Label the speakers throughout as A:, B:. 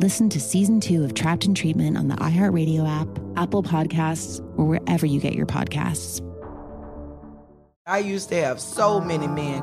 A: Listen to season two of Trapped in Treatment on the iHeartRadio app, Apple Podcasts, or wherever you get your podcasts.
B: I used to have so many men.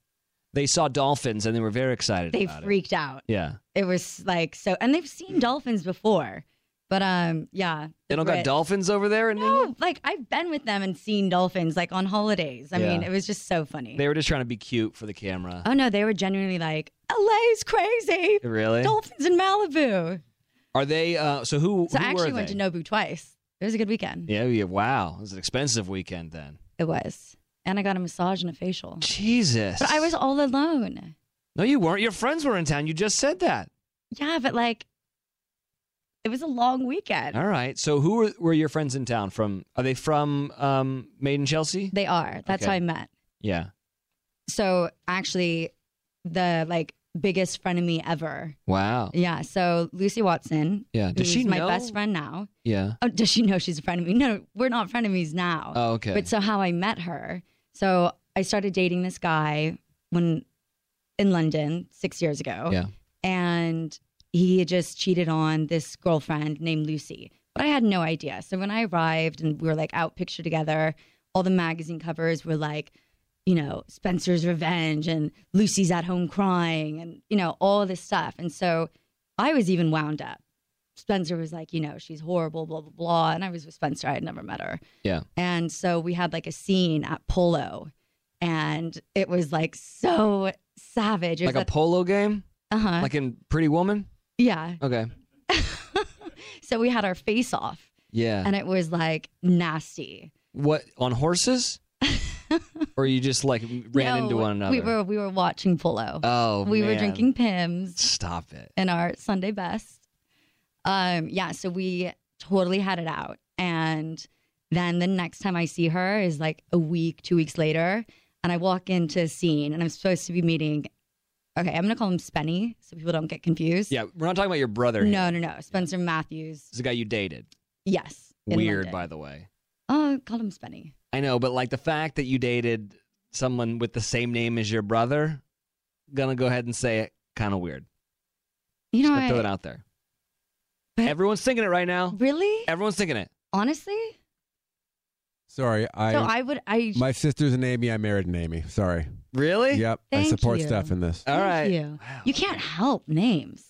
C: They saw dolphins and they were very excited.
D: They
C: about it.
D: freaked out.
C: Yeah.
D: It was like so and they've seen dolphins before. But um yeah.
C: They don't got
D: Brit-
C: dolphins over there in England.
D: No, like I've been with them and seen dolphins like on holidays. I mean,
C: Yeah.
D: it was just so funny.
C: They were just trying to be cute for the camera.
D: oh no, they were genuinely like, LA's crazy.
C: really?
D: Dolphins in Malibu.
C: Are they? Uh, so who?
D: So
C: who
D: I
C: were
D: actually went
C: they?
D: to Nobu twice. It was a good weekend.
C: Yeah, yeah. Wow, it was an expensive weekend then.
D: It was. And I got a massage and a facial.
C: Jesus.
D: But I was all alone.
C: No, you weren't. Your friends were in town. You just said that.
D: Yeah, but like, it was a long weekend.
C: All right. So who were, were your friends in town from? Are they from um, Maiden Chelsea?
D: They are. That's how
C: Okay.
D: I met.
C: yeah.
D: So actually, the like biggest frenemy ever.
C: Wow.
D: Yeah. So Lucy Watson.
C: Yeah. Does
D: who's
C: she
D: my
C: know?
D: best friend now?
C: Yeah.
D: Oh, does she know she's a friend of me? No, we're not frenemies now.
C: Oh, okay.
D: But so how I met her. So I started dating this guy when in London six years ago.
C: Yeah.
D: And he had just cheated on this girlfriend named Lucy. But I had no idea. So when I arrived and we were like out picture together, all the magazine covers were like, you know, Spencer's revenge and Lucy's at home crying and, you know, all this stuff. And so I was even wound up. Spencer was like, you know, she's horrible, blah, blah, blah. And I was with Spencer. I had never met her.
C: Yeah.
D: And so we had like a scene at Polo and it was like so savage. It
C: Like a polo game,
D: uh huh.
C: like in Pretty Woman.
D: yeah.
C: Okay.
D: so we had our face off
C: Yeah.
D: and it was like nasty.
C: what on horses? or you just like ran
D: No,
C: into one another?
D: We were we were watching Polo.
C: Oh.
D: we were
C: man.
D: drinking Pims
C: Stop it.
D: in our Sunday best. Um, yeah, so we totally had it out. And then the next time I see her is like a week, two weeks later, and I walk into a scene and I'm supposed to be meeting okay, I'm gonna call him Spenny so people don't get confused.
C: Yeah. We're not talking about your brother. here.
D: No, no, no. Spencer Matthews.
C: It's the guy you dated.
D: Yes. in
C: Weird,
D: London.
C: by the way.
D: Oh, I called him Spenny.
C: I know, but like the fact that you dated someone with the same name as your brother, gonna go ahead and say it. Kind of weird.
D: You know
C: Just gonna throw
D: I-
C: it out there.
D: But-
C: Everyone's thinking it right now.
D: Really?
C: Everyone's thinking it.
D: Honestly?
E: Sorry, I
D: so I would I
E: my sister's an Amy. I married an Amy. Sorry.
C: Really?
E: Yep.
D: Thank
E: I support
D: you.
E: Steph in this.
C: All
D: Thank
C: right.
D: you.
C: Wow.
D: You can't help names.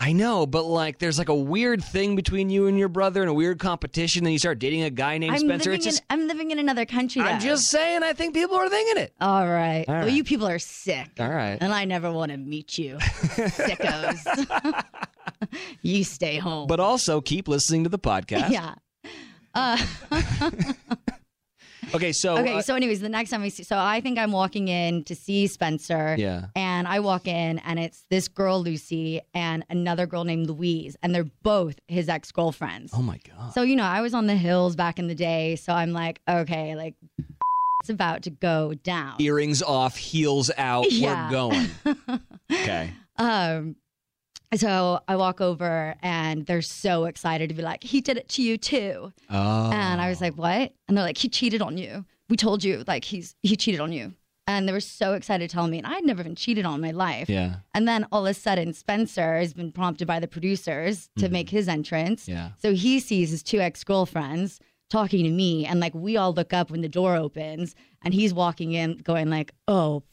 C: I know, but like, there's like a weird thing between you and your brother, and a weird competition. Then you start dating a guy named
D: I'm
C: Spencer.
D: living
C: It's just,
D: in I'm living in another country.
C: I'm
D: though.
C: just saying. I think people are thinking it.
D: All right.
C: All
D: Well,
C: right.
D: you people are sick.
C: All right.
D: And I never want to meet you, sickos. you stay home.
C: But also keep listening to the podcast.
D: yeah. Uh,
C: Okay. So.
D: okay.
C: uh,
D: so, anyways, the next time I see, so I think I'm walking in to see Spencer.
C: yeah.
D: And I walk in and it's this girl, Lucy, and another girl named Louise, and they're both his ex girlfriends.
C: Oh my god.
D: So, you know, I was on the hills back in the day. So I'm like, okay, like, it's about to go down.
C: Earrings off, heels out. We're
D: Yeah.
C: going. okay.
D: Um, so I walk over and they're so excited to be like, he did it to you too.
C: Oh.
D: And I was like, what? And they're like, he cheated on you. We told you, like, he's he cheated on you. And they were so excited to tell me. And I had never been cheated on in my life.
C: Yeah.
D: And then all of a sudden, Spencer has been prompted by the producers to make his entrance.
C: Yeah.
D: So he sees his two ex girlfriends talking to me. And like, we all look up when the door opens and he's walking in going, like, oh,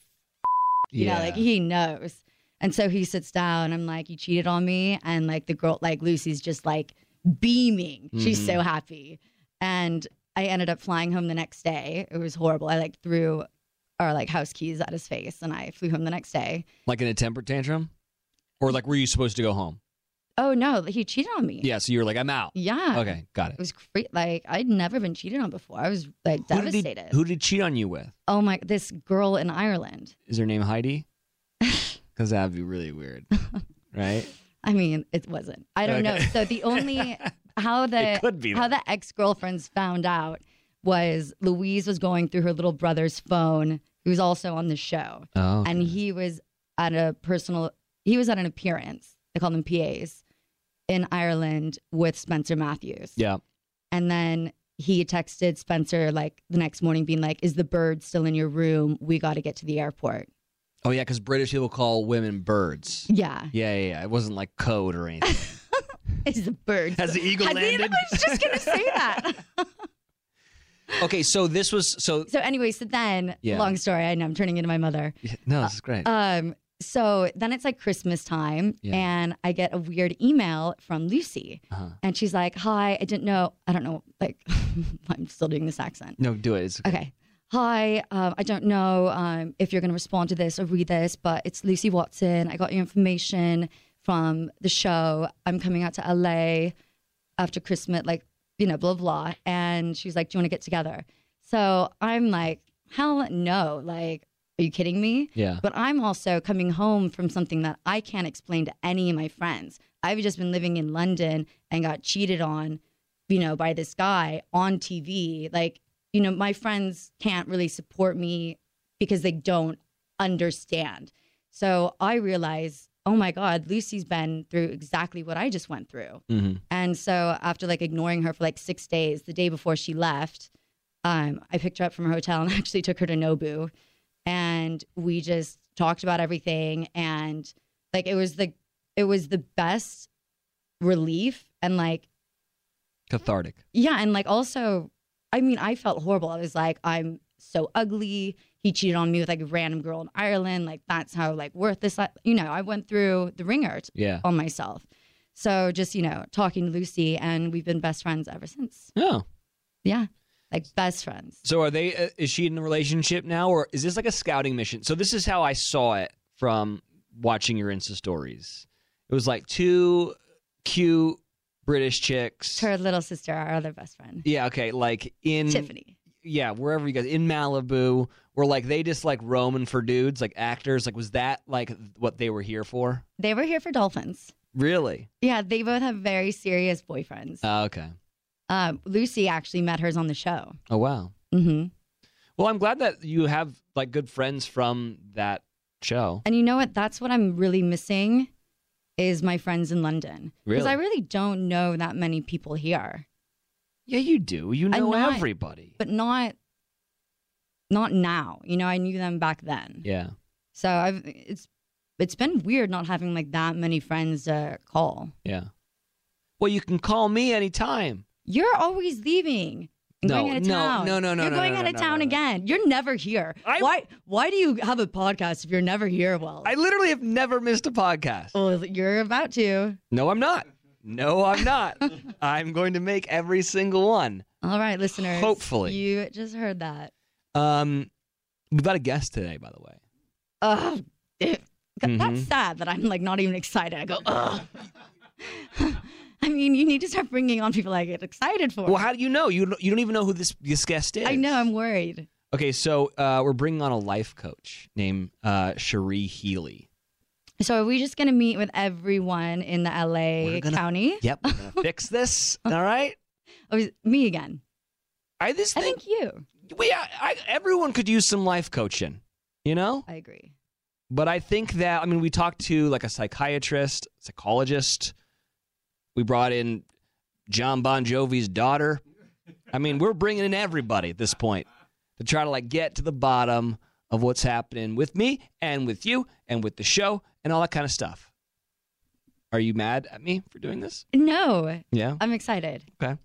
D: you know, like
C: Yeah.
D: he knows. And so he sits down. I'm like, you cheated on me. And like the girl, like Lucy's just like beaming. She's
C: Mhm.
D: so happy. And I ended up flying home the next day. It was horrible. I like threw our like house keys at his face and I flew home the next day.
C: Like in a temper tantrum, or like were you supposed to go home?
D: Oh no, he cheated on me.
C: Yeah. So you were like, I'm out.
D: Yeah.
C: Okay. Got
D: It
C: it.
D: was great. Like I'd never been cheated on before. I was like
C: Who did he-
D: devastated.
C: Who did he cheat on you with?
D: oh my, this girl in Ireland.
C: Is her name Heidi? Because that'd be really weird, right?
D: I mean, it wasn't. I don't know.
C: Okay.
D: So the only how the
C: It could be
D: how the ex girlfriends found out was Louise was going through her little brother's phone, who was also on the show,
C: Oh, okay.
D: and he was at a personal. He was at an appearance. They call them PAs in Ireland with Spencer Matthews.
C: Yeah.
D: And then he texted Spencer like the next morning, being like, "Is the bird still in your room? We got to get to the airport."
C: Oh yeah, because British people call women birds.
D: Yeah.
C: Yeah, yeah, yeah. It wasn't like code or anything.
D: Is the bird?
C: Has the eagle
D: Has the-
C: landed?
D: I was just gonna say that.
C: okay, so this was so.
D: So anyway, so then
C: Yeah.
D: long story. I know I'm turning into my mother.
C: No, this is great.
D: Um, so then it's like Christmas time,
C: Yeah.
D: and I get a weird email from Lucy,
C: Uh-huh.
D: and she's like, "Hi, I didn't know. I don't know. Like, I'm still doing this accent.
C: No, do it. It's okay.
D: Okay. Hi, um, I don't know um, if you're going to respond to this or read this, but it's Lucy Watson. I got your information from the show. I'm coming out to LA after Christmas, like, you know, blah, blah. And she's like, Do you want to get together? So I'm like, Hell no. Like, are you kidding me?
C: Yeah.
D: But I'm also coming home from something that I can't explain to any of my friends. I've just been living in London and got cheated on, you know, by this guy on TV. Like, you know, my friends can't really support me because they don't understand. So I realize, oh my God, Lucy's been through exactly what I just went through.
C: Mhm.
D: And so after like ignoring her for like six days, the day before she left, um, I picked her up from her hotel and actually took her to Nobu. And we just talked about everything. And like it was the it was the best relief and like
C: Cathartic.
D: yeah, and like also, I mean, I felt horrible. I was like, I'm so ugly. He cheated on me with like a random girl in Ireland. Like that's how like worthless. I, you know, I went through the ringer t-
C: Yeah.
D: on myself. So just you know, talking to Lucy, and we've been best friends ever since.
C: Oh.
D: Yeah, like best friends.
C: So are they? Uh, is she in a relationship now, or is this like a scouting mission? So this is how I saw it from watching your Insta stories. It was like two cute British chicks.
D: Her little sister, our other best friend,
C: Yeah. Okay. Like in
D: Tiffany.
C: Yeah, wherever you guys in Malibu, were like they just like roaming for dudes, like actors. Like was that like what they were here for?
D: They were here for dolphins.
C: Really?
D: Yeah, they both have very serious boyfriends.
C: Oh, okay.
D: Um, Lucy actually met hers on the show.
C: Oh wow.
D: Mm-hmm.
C: Well, I'm glad that you have like good friends from that show.
D: And you know what? That's what I'm really missing is my friends in London. Because
C: Really?
D: I really don't know that many people here,
C: Yeah, you do. You
D: I
C: know
D: know it.
C: everybody.
D: but not not now. You know, I knew them back then.
C: Yeah.
D: So I've it's it's been weird not having like that many friends to call.
C: Yeah. Well, you can call me anytime.
D: You're always leaving. And
C: No,
D: going out of
C: no,
D: town.
C: no, no, no,
D: You're
C: no,
D: going
C: no,
D: out
C: no,
D: of
C: no,
D: town
C: no, no.
D: again. You're never here. why why do you have a podcast if you're never here, Well?
C: I literally have never missed a podcast.
D: well, you're about to.
C: No, I'm not. No, I'm not. I'm going to make every single one.
D: All right, listeners.
C: Hopefully.
D: You just heard that.
C: Um, we've got a guest today, by the way.
D: Ugh. It, That's
C: Mhm.
D: sad that I'm like not even excited. I go, ugh. I mean, you need to start bringing on people I get excited for.
C: Well, how do you know? You don't- you don't even know who this this guest is.
D: I know, I'm worried.
C: Okay, so uh, we're bringing on a life coach named uh, Cherie Healy.
D: So are we just gonna meet with everyone in the LA county?
C: Yep, we're gonna fix this. All right.
D: Oh, is- me again.
C: I just
D: I think you.
C: We, I, I, everyone could use some life coaching, you know.
D: I agree.
C: But I think that I mean we talked to like a psychiatrist, psychologist. We brought in John Bon Jovi's daughter. I mean, we're bringing in everybody at this point to try to like get to the bottom of what's happening with me and with you and with the show and all that kind of stuff. Are you mad at me for doing this?
D: No.
C: Yeah.
D: I'm excited.
C: Okay.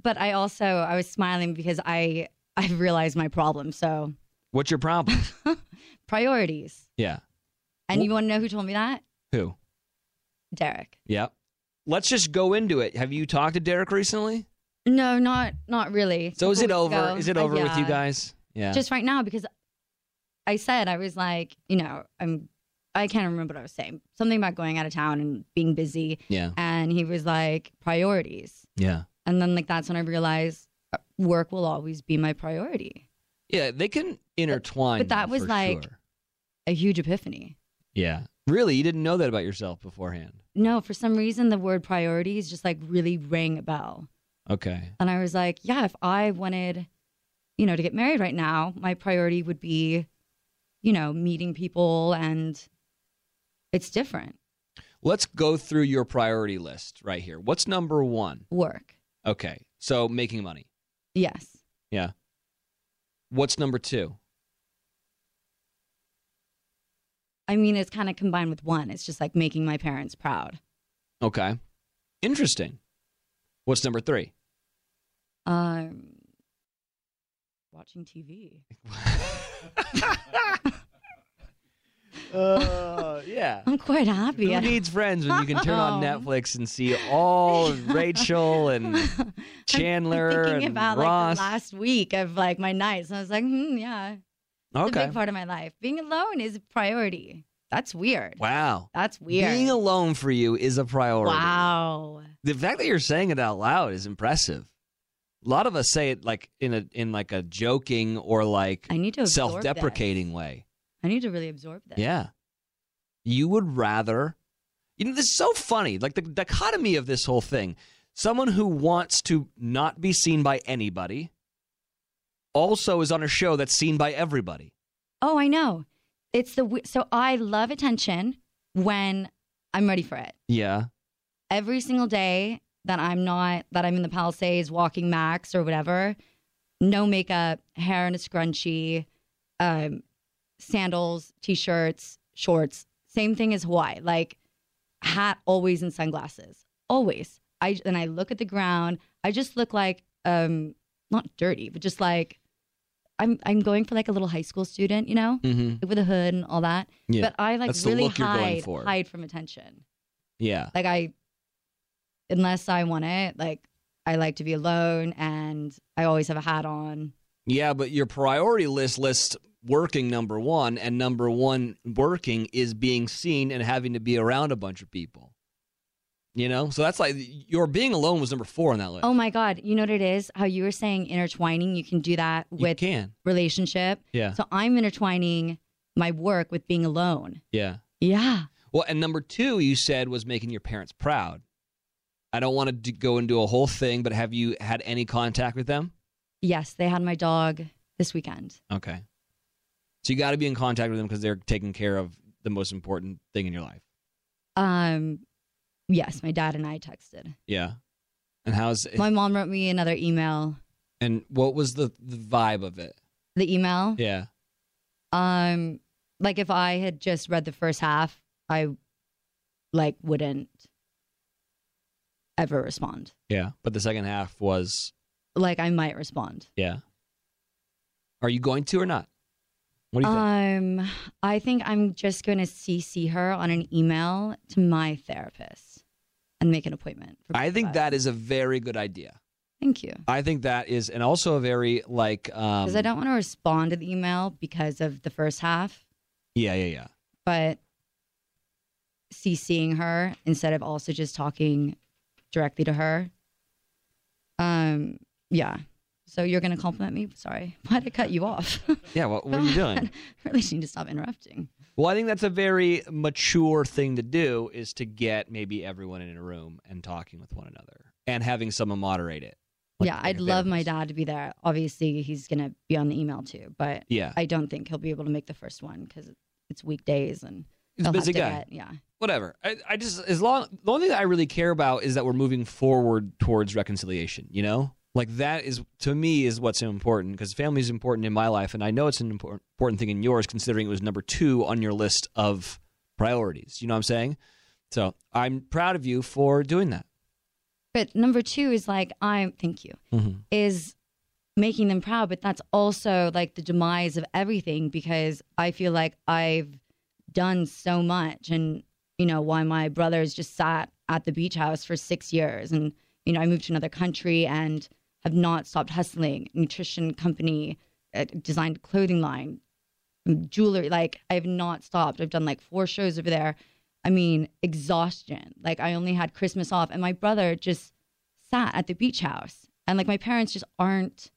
D: But I also I was smiling because I I realized my problem. So
C: What's your problem?
D: priorities.
C: yeah.
D: And you want to know who told me that?
C: Who?
D: Derek.
C: Yeah. Let's just go into it. Have you talked to Derek recently?
D: No, not not really.
C: So is it
D: Couple weeks
C: over?
D: ago.
C: Is it
D: Uh,
C: over with you
D: yeah.
C: guys? Yeah.
D: Just right now because I said I was like, you know, I'm I can't remember what I was saying. Something about going out of town and being busy.
C: Yeah.
D: And he was like priorities.
C: yeah.
D: And then like that's when I realized uh, work will always be my priority.
C: Yeah, they can intertwine.
D: but that was
C: for
D: like
C: sure.
D: a huge epiphany.
C: Yeah. Really? You didn't know that about yourself beforehand.
D: No, for some reason the word priorities just like really rang a bell.
C: Okay.
D: And I was like, yeah, if I wanted, you know, to get married right now, my priority would be, you know, meeting people and it's different.
C: Let's go through your priority list right here. What's number one?
D: Work.
C: Okay. So making money.
D: Yes.
C: Yeah. What's number two?
D: I mean, it's kind of combined with one. It's just like making my parents proud.
C: Okay. Interesting. What's number three?
D: Um, watching TV.
C: Uh, yeah.
D: I'm quite happy.
C: Who needs friends when you can turn on
D: No.
C: Netflix and see all of Rachel and Chandler
D: thinking
C: and
D: about like
C: Ross?
D: the last week of like my nights, and I was like, hmm, yeah, it's a
C: okay.
D: big part of my life. Being alone is a priority. That's weird.
C: Wow.
D: That's weird.
C: Being alone for you is a priority.
D: wow.
C: The fact that you're saying it out loud is impressive. A lot of us say it like in a in like a joking or like
D: I need to absorb this.
C: self-deprecating way.
D: I need to really absorb that.
C: Yeah. You would rather You know this is so funny, like the dichotomy of this whole thing. Someone who wants to not be seen by anybody also is on a show that's seen by everybody.
D: Oh, I know. It's the we- so I love attention when I'm ready for it.
C: Yeah.
D: Every single day that I'm not that I'm in the Palisades walking Max or whatever, no makeup, hair in a scrunchie, um, sandals, t-shirts, shorts. Same thing as Hawaii. Like hat always and sunglasses always. I and I look at the ground. I just look like um not dirty, but just like I'm I'm going for like a little high school student, you know,
C: Mhm.
D: Like, with a hood and all that.
C: Yeah.
D: But I like
C: That's the
D: really
C: look you're going
D: hide
C: for.
D: hide from attention.
C: Yeah.
D: Like I, unless I want it, like I like to be alone, and I always have a hat on.
C: Yeah, but your priority list lists working number one, and number one working is being seen and having to be around a bunch of people. You know, so that's like your being alone was number four on that list.
D: Oh my god, you know what it is? How you were saying intertwining, you can do that
C: You
D: with
C: can.
D: relationship.
C: Yeah.
D: So I'm intertwining my work with being alone.
C: Yeah.
D: Yeah.
C: Well, and number two, you said was making your parents proud. I don't want to go into a whole thing, but have you had any contact with them?
D: Yes, they had my dog this weekend.
C: Okay. So you got to be in contact with them because they're taking care of the most important thing in your life.
D: Um, yes, my dad and I texted.
C: Yeah. And how's
D: My mom wrote me another email.
C: and what was the, the vibe of it?
D: The email,
C: Yeah.
D: um, like if I had just read the first half, I like wouldn't ever respond.
C: Yeah. But the second half was
D: Like I might respond.
C: yeah. Are you going to or not? What do you think?
D: um, I think I'm just going to CC her on an email to my therapist and make an appointment. For
C: I think that is a very good idea.
D: Thank you.
C: I think that is and also a very like um
D: Because I don't want to respond to the email because of the first half,
C: Yeah, yeah, yeah.
D: but CCing her instead of also just talking directly to her. Um, yeah. So you're going to compliment me? Sorry. Why'd I cut you off?
C: Yeah, well, what are you doing?
D: I really need to stop interrupting.
C: Well, I think that's a very mature thing to do is to get maybe everyone in a room and talking with one another and having someone moderate it.
D: yeah, I'd love my dad to be there. Obviously, he's going to be on the email too, but
C: Yeah.
D: I don't think he'll be able to make the first one because it's weekdays and
C: He's a
D: he'll have
C: busy
D: to
C: guy.
D: get- yeah.
C: Whatever. I, I just as long the only thing that I really care about is that we're moving forward towards reconciliation, you know? Like that is to me is what's important because family is important in my life and I know it's an impor- important thing in yours considering it was number 2 on your list of priorities. You know what I'm saying? So, I'm proud of you for doing that.
D: But number two is like, I'm, thank you,
C: Mhm.
D: is making them proud. But that's also like the demise of everything because I feel like I've done so much. And, you know, why my brothers just sat at the beach house for six years. And, you know, I moved to another country and have not stopped hustling. Nutrition company, uh, designed clothing line, jewelry. Like I have not stopped. I've done like four shows over there. I mean, exhaustion. Like I only had Christmas off, and my brother just sat at the beach house, and like my parents just aren't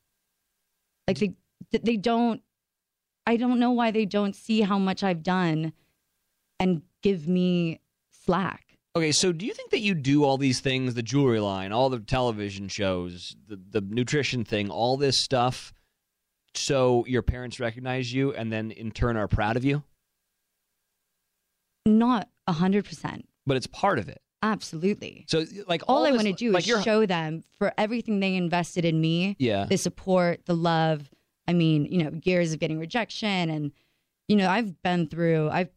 D: like they they don't. I don't know why they don't see how much I've done, and give me slack.
C: Okay, so do you think that you do all these things, the jewelry line, all the television shows, the, the nutrition thing, all this stuff, so your parents recognize you and then in turn are proud of you?
D: Not a hundred percent.
C: But it's part of it.
D: Absolutely.
C: So like
D: all, I
C: this-
D: want to do
C: like you're-
D: is show them for everything they invested in me.
C: Yeah.
D: The support, the love. I mean, you know, years of getting rejection and you know, I've been through I've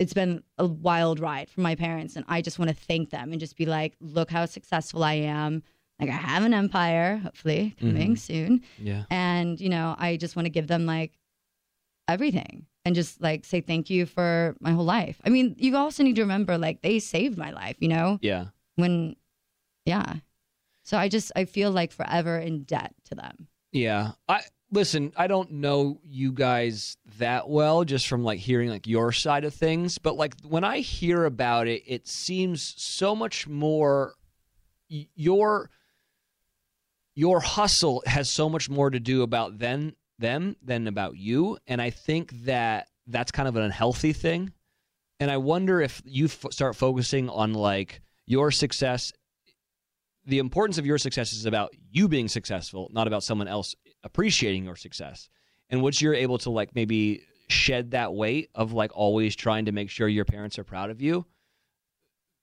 D: it's been a wild ride for my parents and I just want to thank them and just be like, look how successful I am. Like I have an empire, hopefully coming
C: Mhm.
D: soon.
C: Yeah.
D: And, you know, I just want to give them like everything and just like say thank you for my whole life. I mean, you also need to remember like they saved my life, you know?
C: Yeah.
D: When, yeah. So I just, I feel like forever in debt to them.
C: Yeah. I listen, I don't know you guys that well just from like hearing like your side of things, but like when I hear about it, it seems so much more y- your your hustle has so much more to do about them them than about you, and I think that that's kind of an unhealthy thing. And I wonder if you f- start focusing on like your success the importance of your success is about you being successful, not about someone else appreciating your success. And once you're able to like maybe shed that weight of like always trying to make sure your parents are proud of you,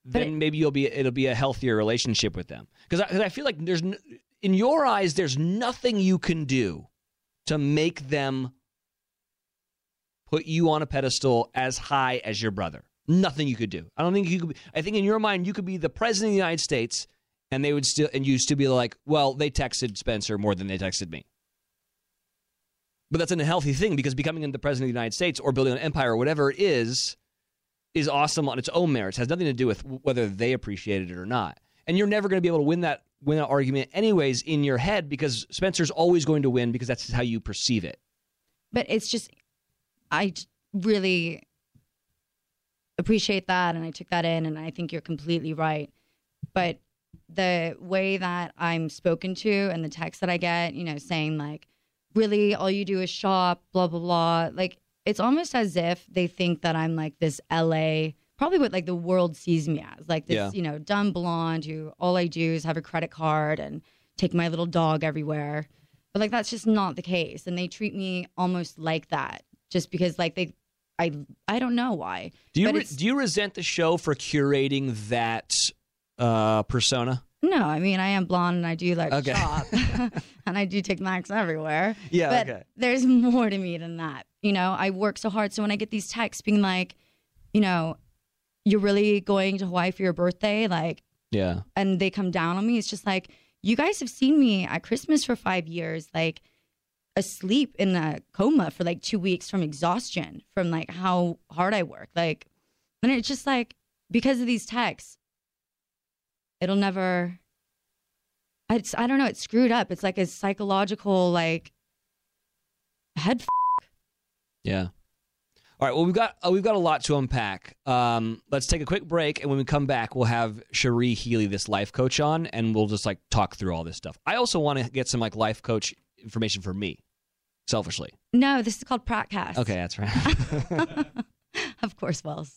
C: then maybe you'll be it'll be a healthier relationship with them. Because I, 'cause I feel like there's n- in your eyes there's nothing you can do to make them put you on a pedestal as high as your brother. Nothing you could do. I don't think you could. Be, I think in your mind you could be the president of the United States, and they would still and you still be like, well, they texted Spencer more than they texted me. But that's an unhealthy thing because becoming the president of the United States or building an empire or whatever it is, is awesome on its own merits. has nothing to do with whether they appreciated it or not. And you're never going to be able to win that win that argument anyways in your head because Spencer's always going to win because that's how you perceive it.
D: But it's just, I j- really appreciate that. And I took that in and I think you're completely right. But the way that I'm spoken to and the text that I get, you know, saying like, really, all you do is shop, blah, blah, blah. Like, it's almost as if they think that I'm like this LA, probably what like the world sees me as, like this,
F: Yeah.
D: you know, dumb blonde who all I do is have a credit card and take my little dog everywhere. But like, that's just not the case. And they treat me almost like that just because like they, I, I don't know why.
C: Do you
D: but
C: re-
D: it's-
C: do you resent the show for curating that uh, persona?
D: No, I mean I am blonde and I do like
C: Okay.
D: shop and I do take Max everywhere.
C: Yeah,
D: but
C: okay.
D: there's more to me than that. You know, I work so hard. So when I get these texts being like, you know, you're really going to Hawaii for your birthday, like,
C: Yeah.
D: and they come down on me, it's just like, you guys have seen me at Christmas for five years, like asleep in a coma for like two weeks from exhaustion, from like how hard I work. Like, and it's just like because of these texts, it'll never. I, just- I don't know. It's screwed up. It's like a psychological like head. F-
C: Yeah. All right. Well, we've got uh, we've got a lot to unpack. Um, let's take a quick break, and when we come back, we'll have Cherie Healy, this life coach, on, and we'll just like talk through all this stuff. I also want to get some like life coach information for me, selfishly.
D: No, this is called Pratcast.
C: Okay, that's right.
D: Of course, Wells.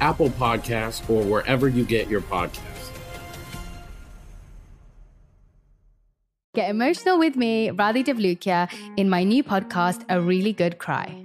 G: Apple Podcasts, or wherever you get your podcasts.
H: Get emotional with me, Radhi Devlukia, in my new podcast, A Really Good Cry.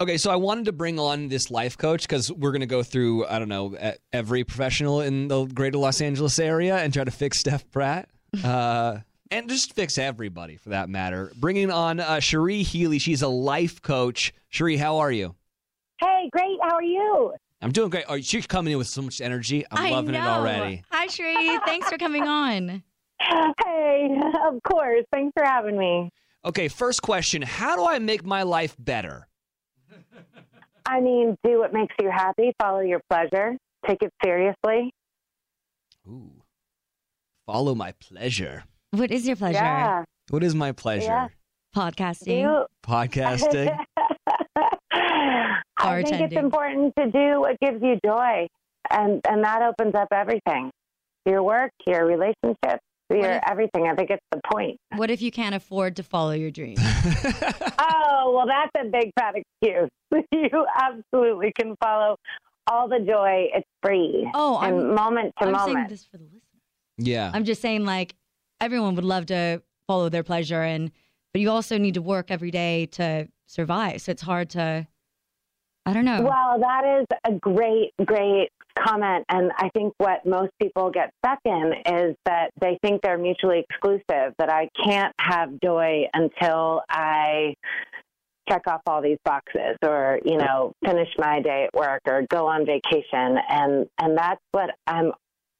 C: Okay, so I wanted to bring on this life coach because we're going to go through, I don't know, e- every professional in the greater Los Angeles area and try to fix Steph Pratt. Uh, and just fix everybody for that matter. Bringing on uh, Cherie Healy. She's a life coach. Cherie, how are you?
I: Hey, great. How are you?
C: I'm doing great. Oh, she's coming in with so much energy. I'm
D: I
C: loving it
D: know.
C: already.
D: Hi, Sheree. Thanks for coming on.
I: Hey, of course. Thanks for having me.
C: Okay, first question How do I make my life better?
I: I mean, do what makes you happy, follow your pleasure, take it seriously.
C: Ooh. Follow my pleasure.
D: What is your pleasure?
I: Yeah.
C: What is my pleasure?
I: Yeah.
D: Podcasting.
I: You-
C: Podcasting.
I: I think it's
D: Bartending.
I: important to do what gives you joy, and, and that opens up everything your work, your relationships, your everything. I think it's the point.
D: What if you can't afford to follow your dreams?
I: oh, well, that's a big fat excuse. You absolutely can follow all the joy. It's free.
D: Oh,
I: and
D: I'm-
I: moment to
D: I'm saying
I: moment.
D: this for the
C: Yeah.
D: I'm just saying, like, everyone would love to follow their pleasure, and but you also need to work every day to survive. So it's hard to, I don't know.
I: Well, that is a great, great comment. And I think what most people get stuck in is that they think they're mutually exclusive, that I can't have joy until I check off all these boxes or, you know, finish my day at work or go on vacation. And, and that's what I'm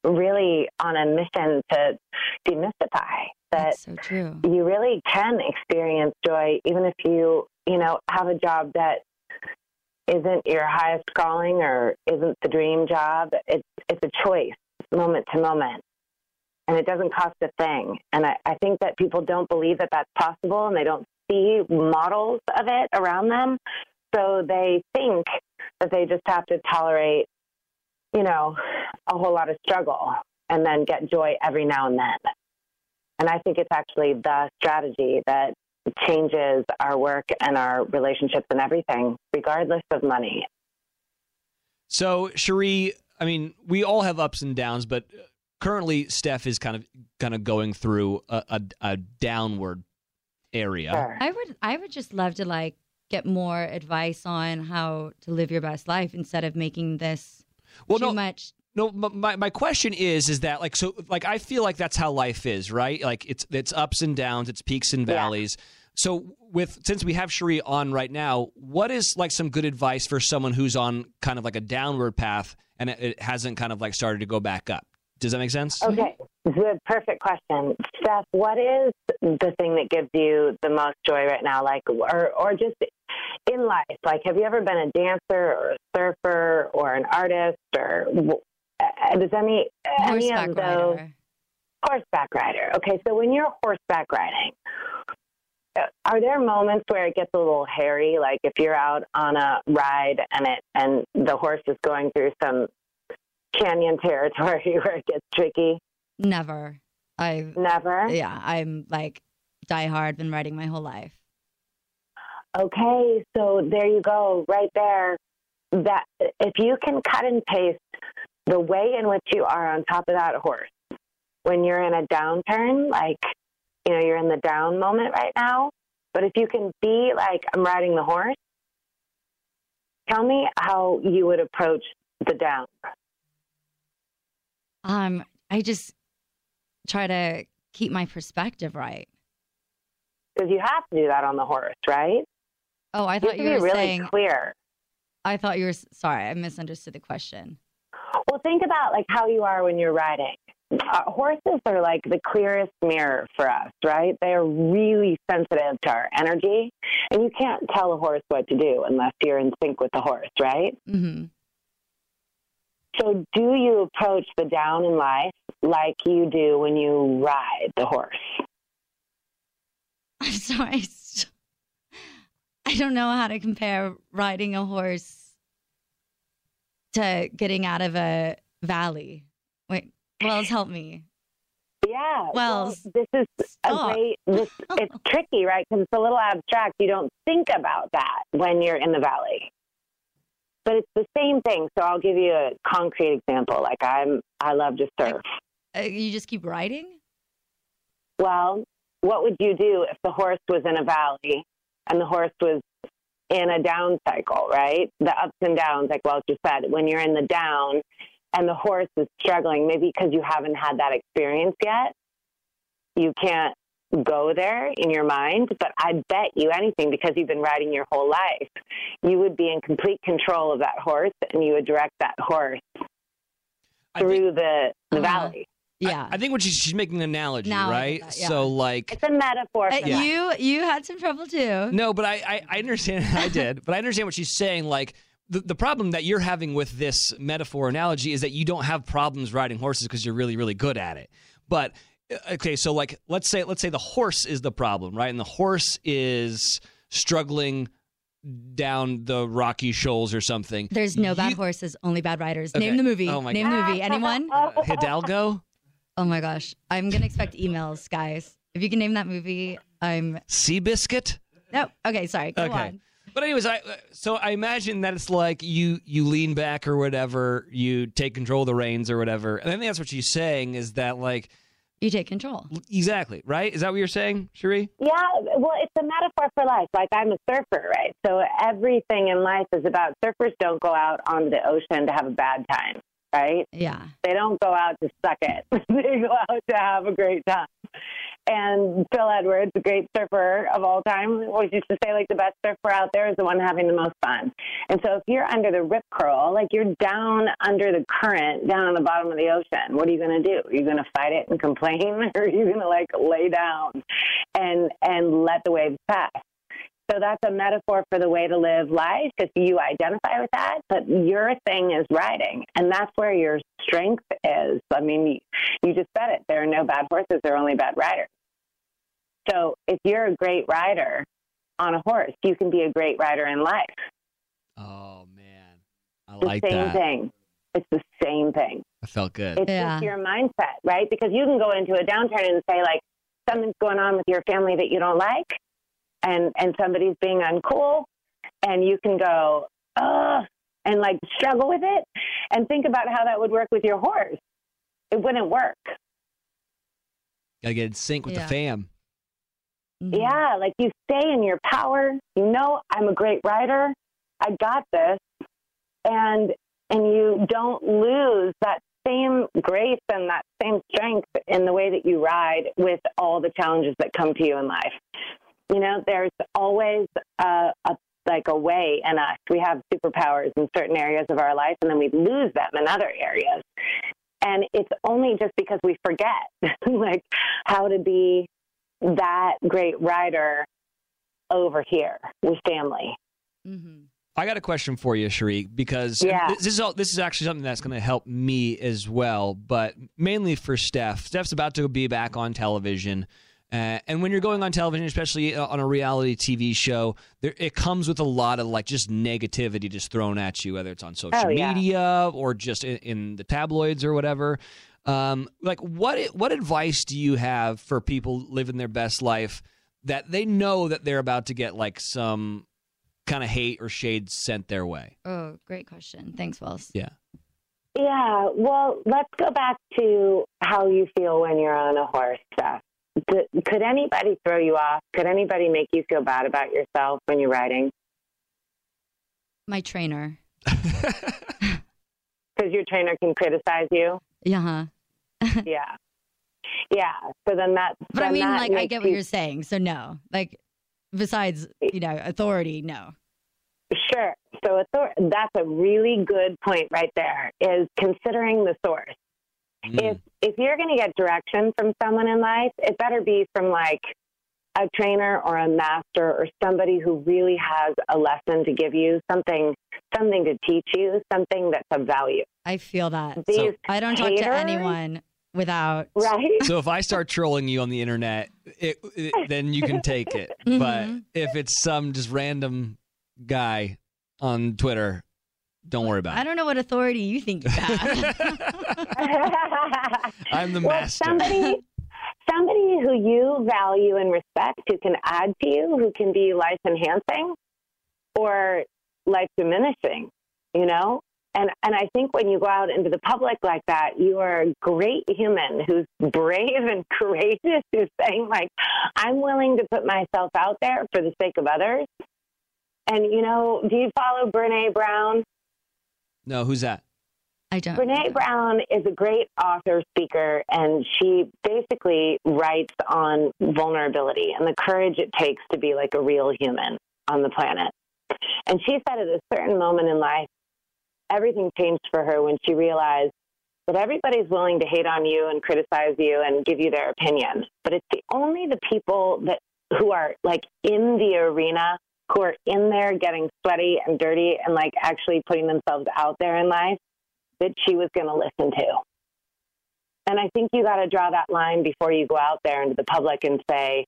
I: really on a mission to demystify. that
D: so true.
I: you really can experience joy even if you, you know, have a job that isn't your highest calling or isn't the dream job. It's it's a choice, moment to moment. And it doesn't cost a thing. And I, I think that people don't believe that that's possible and they don't see models of it around them. So they think that they just have to tolerate, you know, a whole lot of struggle and then get joy every now and then. And I think it's actually the strategy that changes our work and our relationships and everything, regardless of money.
C: So, Cherie, I mean, we all have ups and downs, but currently Steph is kind of kind of going through a, a, a downward area.
D: I would I would just love to like get more advice on how to live your best life instead of making this
C: Well,
D: too
C: no,
D: much.
C: No, m- my my question is is that like so like I feel like that's how life is, right? Like it's it's ups and downs, it's peaks and valleys. So with since we have Cherie on right now, what is like some good advice for someone who's on kind of like a downward path and it, it hasn't kind of like started to go back up? Does that make sense?
I: Okay, good, perfect question, Steph. What is the thing that gives you the most joy right now? Like, or or just in life? Like, have you ever been a dancer or a surfer or an artist or wh- uh, does any any
D: Horseback
I: of those horseback rider? Okay, so when you're horseback riding, are there moments where it gets a little hairy like if you're out on a ride and it and the horse is going through some canyon territory where it gets tricky
D: Never. I've
I: never.
D: Yeah, I'm like diehard. Been writing my whole life.
I: okay so there you go right there that if you can cut and paste the way in which you are on top of that horse when you're in a downturn like you know you're in the down moment right now but if you can be like i'm riding the horse tell me how you would approach the down
D: Um, I just try to keep my perspective right.
I: because you have to do that on the horse right
D: Oh, I
I: You
D: thought
I: have
D: you,
I: to be
D: were
I: really
D: saying
I: clear.
D: I thought you were sorry. I misunderstood the question.
I: Well, think about like how you are when you're riding. Uh, horses are like the clearest mirror for us, right? They are really sensitive to our energy, and you can't tell a horse what to do unless you're in sync with the horse, right?
D: Mm-hmm.
I: So, do you approach the down in life like you do when you ride the horse?
D: I'm sorry. I s- I don't know how to compare riding a horse to getting out of a valley. Wait, Wells, help me.
I: Yeah.
D: Wells,
I: This is a great. This, it's tricky, right? Because it's a little abstract. You don't think about that when you're in the valley. But it's the same thing. So I'll give you a concrete example. Like I'm, I love to surf.
D: uh, you just keep riding.
I: Well, what would you do if the horse was in a valley and the horse was in a down cycle, right? The ups and downs, like Welch just said, when you're in the down and the horse is struggling, maybe because you haven't had that experience yet, you can't go there in your mind. But I bet you anything, because you've been riding your whole life, you would be in complete control of that horse and you would direct that horse through the, the valley.
D: Uh-huh. Yeah.
C: I, I think what she's, she's making an analogy,
D: Now I get
C: right?
D: that, yeah.
C: So like
I: It's a metaphor.
D: Uh,
C: for that.
D: You you had some trouble too.
C: No, but I, I, I understand. I did, but I understand what she's saying. Like the, the problem that you're having with this metaphor analogy is that you don't have problems riding horses because you're really, really good at it. But uh, okay, so like let's say let's say the horse is the problem, right? And the horse is struggling down the rocky shoals or something.
D: There's no bad horses, only bad riders. Name
C: Okay.
D: the movie.
C: Oh my
D: Name
C: God.
D: the movie. Anyone?
C: Hidalgo.
D: Oh my gosh. I'm gonna expect emails, guys. If you can name that movie, I'm
C: Seabiscuit?
D: No. Okay, sorry. Go
C: okay.
D: on.
C: But anyways, I so I imagine that it's like you you lean back or whatever, you take control of the reins or whatever. And I think that's what she's saying is that like
D: you take control.
I: Mm.
C: Exactly, right? Is that what you're saying, Cherie?
I: Yeah, well, it's a metaphor for life. Like I'm a surfer, right? So everything in life is about surfers don't go out onto the ocean to have a bad time. right?
D: Yeah.
I: They don't go out to suck it. they go out to have a great time. And Phil Edwards, the great surfer of all time, always used to say like the best surfer out there is the one having the most fun. And so if you're under the rip curl, like you're down under the current, down on the bottom of the ocean, what are you going to do? Are you going to fight it and complain, or are you going to like lay down and and let the waves pass? So that's a metaphor for the way to live life because you identify with that, but your thing is riding, and that's where your strength is. I mean, you, you just said it. There are no bad horses; there are only bad riders. So if you're a great rider on a horse, you can be a great rider in life.
C: Oh man, I
I: It's
C: like
I: the same
C: that.
I: thing. It's the same thing.
C: I felt good.
I: It's just your mindset, right? Because you can go into a downturn and say like something's going on with your family that you don't like, and and somebody's being uncool, and you can go ugh, and like struggle with it, and think about how that would work with your horse. It wouldn't work.
C: Gotta get in sync with
I: Yeah.
C: the fam.
D: Mm,
I: Yeah, like you stay in your power. You know, I'm a great writer. I got this, and and you don't lose that same grace and that same strength in the way that you ride with all the challenges that come to you in life. You know, there's always a, a like a way in us. We have superpowers in certain areas of our life, and then we lose them in other areas. And it's only just because we forget, like how to be that great rider over here with family.
C: I got a question for you, Sharik, because
I: Yeah.
C: this is all, this is actually something that's going to help me as well, but mainly for Steph. Steph's about to be back on television. Uh, and when you're going on television, especially uh, on a reality TV show, there, it comes with a lot of like just negativity just thrown at you, whether it's on social
J: Oh, yeah.
C: media or just in, in the tabloids or whatever. Um, like, what what advice do you have for people living their best life that they know that they're about to get like some kind of hate or shade sent their way.
D: Oh, great question. Thanks, Wells.
C: Yeah.
I: Yeah, well, let's go back to how you feel when you're on a horse, Steph. Could, could anybody throw you off? Could anybody make you feel bad about yourself when you're riding?
D: My trainer.
I: Because your trainer can criticize you.
D: Yeah. huh.
I: yeah. Yeah. So then that.
D: But I
I: then
D: mean,
I: that
D: like, I
I: makes
D: get what
I: you-
D: you're saying. So, no. Like, besides, you know, authority, no.
I: Sure. So author- that's a really good point right there is considering the source. If if you're going to get direction from someone in life, it better be from like a trainer or a master or somebody who really has a lesson to give you, something something to teach you, something that's of value.
D: I feel that.
I: These So-
D: I don't talk to
I: haters?
D: anyone without.
I: Right?
C: So if I start trolling you on the internet, it, it- then you can take it. But if it's some just random guy on Twitter, don't worry
D: I
C: about it.
D: don't know what authority you think you have.
C: I'm the
I: Well,
C: master.
I: somebody somebody who you value and respect, who can add to you, who can be life enhancing or life diminishing, you know? And and I think when you go out into the public like that, you are a great human who's brave and courageous, who's saying like, I'm willing to put myself out there for the sake of others. And you know, do you follow Brene Brown?
C: No, who's that?
D: I don't.
I: Brene Brown is a great author, speaker, and she basically writes on vulnerability and the courage it takes to be like a real human on the planet. And she said at a certain moment in life, everything changed for her when she realized that everybody's willing to hate on you and criticize you and give you their opinion, but it's the only the people that who are like in the arena, who are in there getting sweaty and dirty and like actually putting themselves out there in life that she was going to listen to. And I think you got to draw that line before you go out there into the public and say,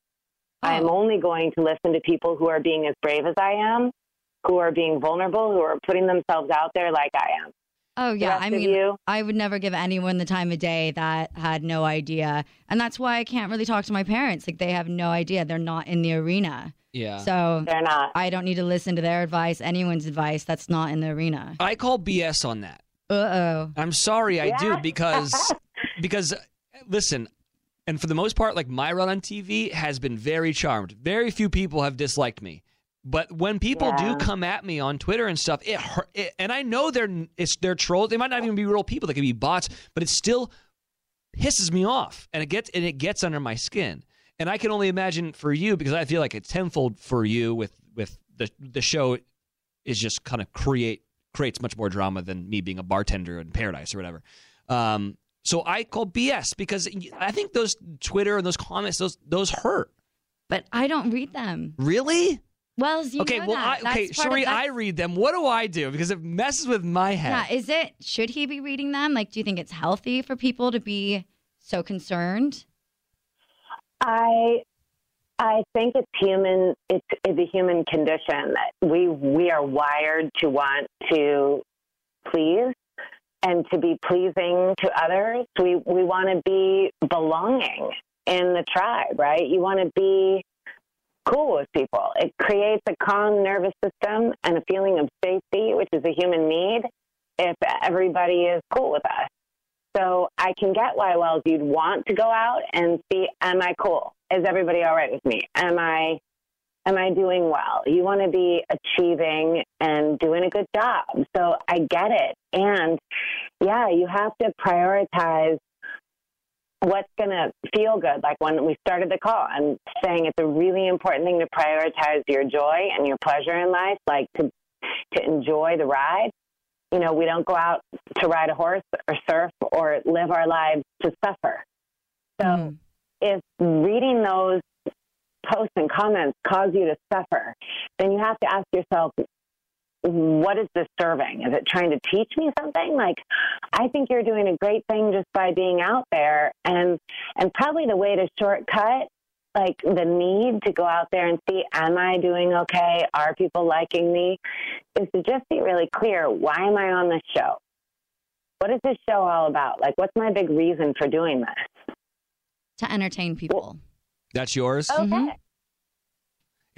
I: I'm
D: Oh.
I: only going to listen to people who are being as brave as I am, who are being vulnerable, who are putting themselves out there like I am.
D: Oh yeah,
I: rest
D: I
I: of
D: mean,
I: you?
D: I would never give anyone the time of day that had no idea, and that's why I can't really talk to my parents. Like they have no idea; they're not in the arena.
C: Yeah.
D: So
I: they're not.
D: I don't need to listen to their advice, anyone's advice that's not in the arena.
C: I call BS on that.
D: Uh oh.
C: I'm sorry, I do
D: Yeah.
C: because because listen, and for the most part, like my run on TV has been very charmed. Very few people have disliked me, But when people do come at me on Twitter and stuff, it, hurt, it and I know they're it's they're trolls. They might not even be real people. They could be bots, but it still pisses me off, and it gets and it gets under my skin. And I can only imagine for you because I feel like it's tenfold for you with with the the show is just kind of create creates much more drama than me being a bartender in paradise or whatever. Um, so I call BS because I think those Twitter and those comments those those hurt.
D: But I don't read them.
C: Really?
D: Well, you
C: okay,
D: know
C: well,
D: that.
C: I, okay,
D: That's part of-
C: Sheree,
D: that's-
C: I read them. What do I do? Because it messes with my
D: Yeah,
C: head.
D: is it should he be reading them? Like, do you think it's healthy for people to be so concerned?
I: I I think it's human. It's, it's a human condition that we we are wired to want to please and to be pleasing to others. We we want to be belonging in the tribe, right? You want to be cool with people. It creates a calm nervous system and a feeling of safety, which is a human need. If everybody is cool with us. So I can get why Wells you'd want to go out and see am I cool? Is everybody all right with me? Am I am I doing well? You want to be achieving and doing a good job. So I get it. And yeah, you have to prioritize what's going to feel good. Like when we started the call, I'm saying it's a really important thing to prioritize your joy and your pleasure in life, like to to enjoy the ride. You know, we don't go out to ride a horse or surf or live our lives to suffer. So
D: Mm-hmm.
I: if reading those posts and comments cause you to suffer, then you have to ask yourself, what is this serving? Is it trying to teach me something? Like, I think you're doing a great thing just by being out there, and and probably the way to shortcut like the need to go out there and see, am I doing okay? Are people liking me? Is to just be really clear. Why am I on this show? What is this show all about? Like, what's my big reason for doing this?
D: To entertain people.
C: That's yours.
I: Okay.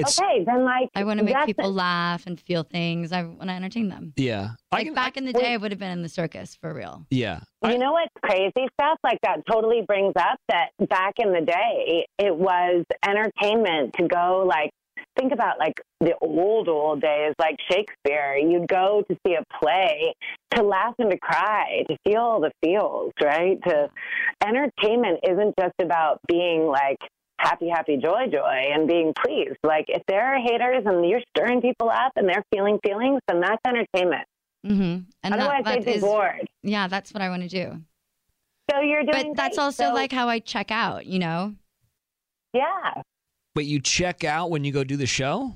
I: okay, then like
D: Mm-hmm. I want to make
I: that's
D: people
I: it.
D: laugh and feel things. I want to entertain them.
C: Yeah.
D: Like back in the day, I would have been in the circus for real.
C: Yeah.
I: You know what's crazy stuff like that totally brings up that back in the day it was entertainment to go like think about like the old old days like Shakespeare you'd go to see a play to laugh and to cry to feel the feels right to entertainment isn't just about being like happy happy joy joy and being pleased like if there are haters and you're stirring people up and they're feeling feelings then that's entertainment
D: Mm-hmm. And
I: Otherwise,
D: that,
I: they'd
D: that
I: be
D: is-
I: bored.
D: Yeah, that's what I want to do.
I: So you're doing.
D: But that's
I: great.
D: also
I: So-
D: like how I check out. You know.
I: yeah
C: But you check out when you go do the show? What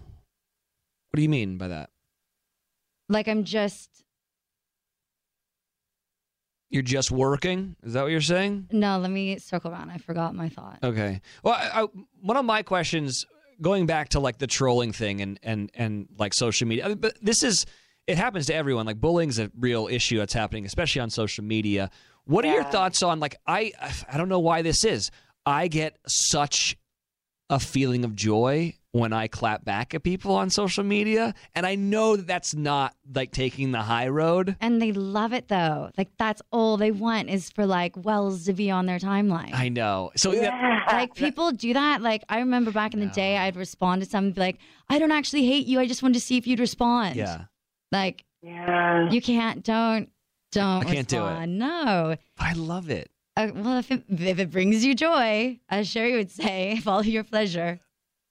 C: do you mean by that?
D: Like I'm just
C: You're just working? Is that what you're saying?
D: no. Let me circle around. I forgot my thought.
C: Okay. Well, I, I, one of my questions, going back to like the trolling thing and and and like social media, I mean, but this is it happens to everyone. Like bullying's a real issue that's happening, especially on social media. What are your thoughts on like I I don't know why this is. I get such a feeling of joy when I clap back at people on social media, and I know that that's not like taking the high road.
D: And they love it though. Oh, Like that's all they want is for like Wells to be on their timeline.
C: I know. So
D: like people do that. Like I remember back in the day, I'd respond to something be like, "I don't actually hate you. I just wanted to see if you'd respond."
C: Yeah.
D: Like
I: yeah.
D: you can't. Don't. Don't.
C: I can't do it.
D: respond. No.
C: I love it.
D: Uh, well, if it, if it brings you joy, as Sherry would say, follow your pleasure.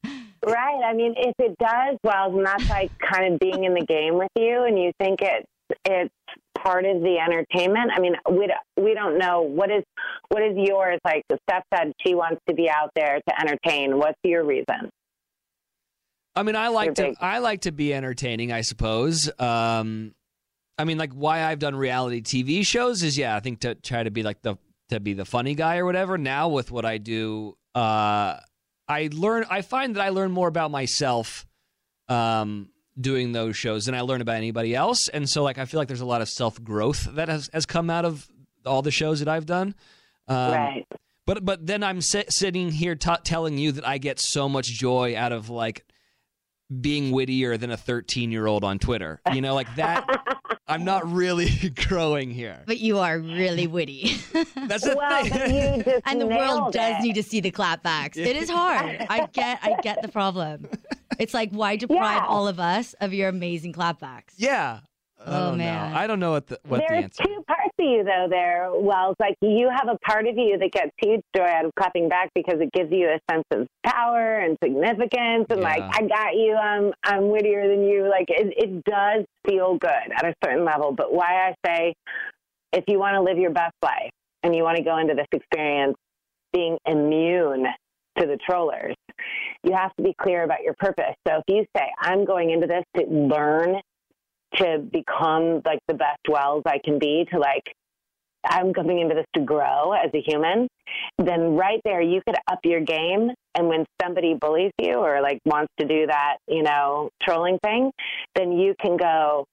I: Right. I mean, if it does, well, then that's like kind of being in the game with you, and you think it's it's part of the entertainment. I mean, we don't- we don't know what is what is yours. Like the stepdad, she wants to be out there to entertain. What's your reason?
C: I mean, I like to I like to be entertaining, I suppose. Um, I mean, like why I've done reality TV shows is yeah, I think to try to be like the to be the funny guy or whatever. Now with what I do, uh, I learn I find that I learn more about myself um, doing those shows than I learn about anybody else, and so like I feel like there's a lot of self growth that has has come out of all the shows that I've done. Um,
I: Right.
C: But but then I'm sit, sitting here t- telling you that I get so much joy out of like being wittier than a 13 year old on Twitter. You know, like that. I'm
D: Oh.
C: not really growing here.
D: But you are really witty.
C: That's the Well, thing. but
I: you just
D: and the world
I: nailed it.
D: does need to see the clapbacks. It is hard. I get I get the problem. It's like, why deprive all of us of your amazing clapbacks?
C: Yeah. I
D: Oh,
C: don't know.
D: man.
C: I don't know what the what the
I: There's
C: answer.
I: two parts of you though there, Wells. Like you have a part of you that gets huge joy out of clapping back because it gives you a sense of power and significance and like
J: Yeah.
C: uh,
I: I got you, I'm I'm wittier than you. Like it, it does feel good at a certain level. But why I say if you want to live your best life and you want to go into this experience being immune to the trollers, you have to be clear about your purpose. So if you say, I'm going into this to learn to become like the best Wells I can be, to like, I'm coming into this to grow as a human, then right there you could up your game. And when somebody bullies you or like wants to do that, you know, trolling thing, then you can go,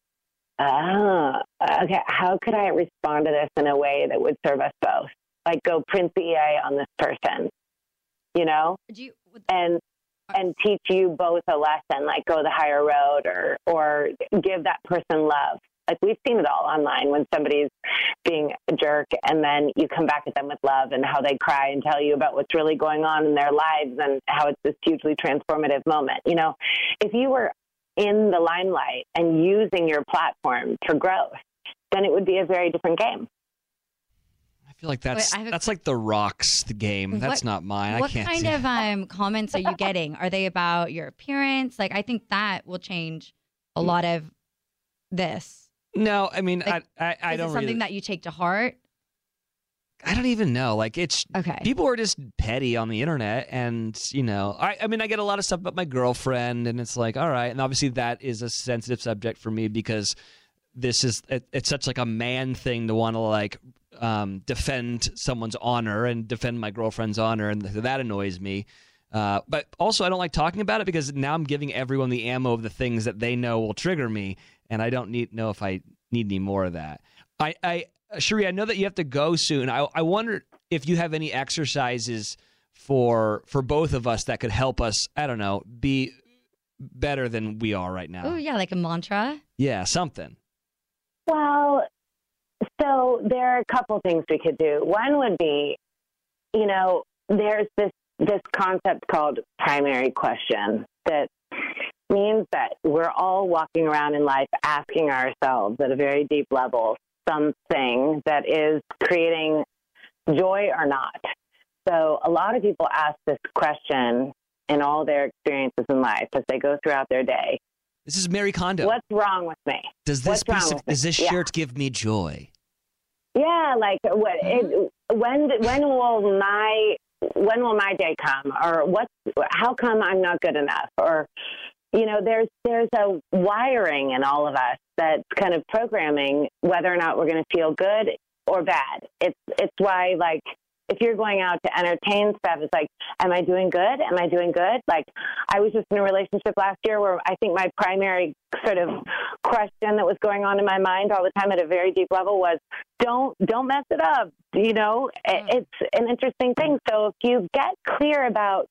I: ah, okay, how could I respond to this in a way that would serve us both? Like go print the EA on this person, you know? and and teach you both a lesson, like go the higher road or or give that person love. Like we've seen it all online when somebody's being a jerk and then you come back at them with love and how they cry and tell you about what's really going on in their lives and how it's this hugely transformative moment. You know, if you were in the limelight and using your platform for growth, then it would be a very different game.
C: I feel like that's
D: Wait, I have a-
C: that's like the rocks the game. That's
D: What-
C: not mine.
D: What
C: I can't.
D: kind
C: do
D: of um, comments are you getting? Are they about your appearance? Like, I think that will change
C: Mm.
D: a lot of this.
C: No, I mean, I I, I
D: Is
C: don't
D: it something
C: really,
D: that you take to heart?
C: I don't even know. Like it's
D: Okay.
C: People are just petty on the internet, and you know, I I mean, I get a lot of stuff about my girlfriend, and it's like, all right, and obviously that is a sensitive subject for me because this is it, it's such like a man thing to want to like um, defend someone's honor and defend my girlfriend's honor, and that annoys me. Uh, but also, I don't like talking about it because now I'm giving everyone the ammo of the things that they know will trigger me, and I don't need know if I need any more of that. I, I Sheree, I know that you have to go soon. I, I wonder if you have any exercises for for both of us that could help us. I don't know, be better than we are right now.
D: Oh, yeah, like a mantra.
C: Yeah, something.
I: Well, so there are a couple things we could do. One would be, you know, there's this this concept called primary question that means that we're all walking around in life asking ourselves at a very deep level something that is creating joy or not. So a lot of people ask this question in all their experiences in life as they go throughout their day.
C: This is Mary Kondo.
I: What's wrong with me?
C: Does this
I: What's wrong
C: piece of,
I: with me?
C: does this
I: Yeah.
C: shirt give me joy?
I: Yeah, like what? It, when when will my when will my day come? Or what? How come I'm not good enough? Or you know, there's there's a wiring in all of us that's kind of programming whether or not we're going to feel good or bad. It's it's why like if you're going out to entertain stuff, it's like, am I doing good? Am I doing good? Like, I was just in a relationship last year where I think my primary sort of question that was going on in my mind all the time at a very deep level was, don't don't mess it up. You know, It- it's an interesting thing. So if you get clear about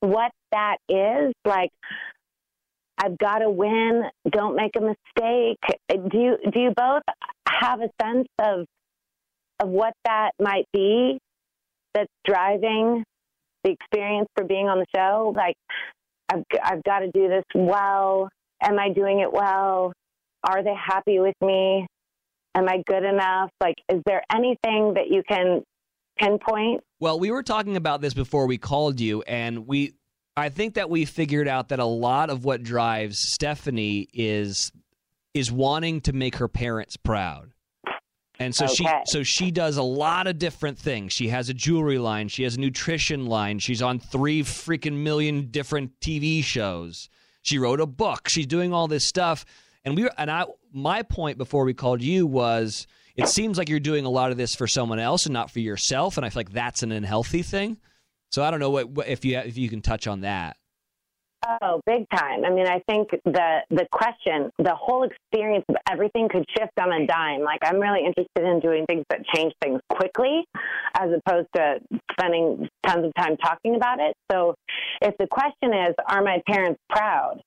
I: what that is, like, I've got to win. Don't make a mistake. Do you, do you both have a sense of of what that might be that's driving the experience for being on the show? Like, I've I've got to do this well. Am I doing it well? Are they happy with me? Am I good enough? Like, is there anything that you can pinpoint?
C: Well, we were talking about this before we called you, and we I think that we figured out that a lot of what drives Stephanie is is wanting to make her parents proud. And so she
K: Okay.
C: so she does a lot of different things. She has a jewelry line, she has a nutrition line, she's on 3 freaking million different TV shows. She wrote a book. She's doing all this stuff. And we were, and I my point before we called you was it seems like you're doing a lot of this for someone else and not for yourself and I feel like that's an unhealthy thing. So I don't know what, what if you if you can touch on that.
I: Oh, big time. I mean, I think the the question, the whole experience of everything could shift on a dime. Like I'm really interested in doing things that change things quickly as opposed to spending tons of time talking about it. So if the question is, are my parents proud?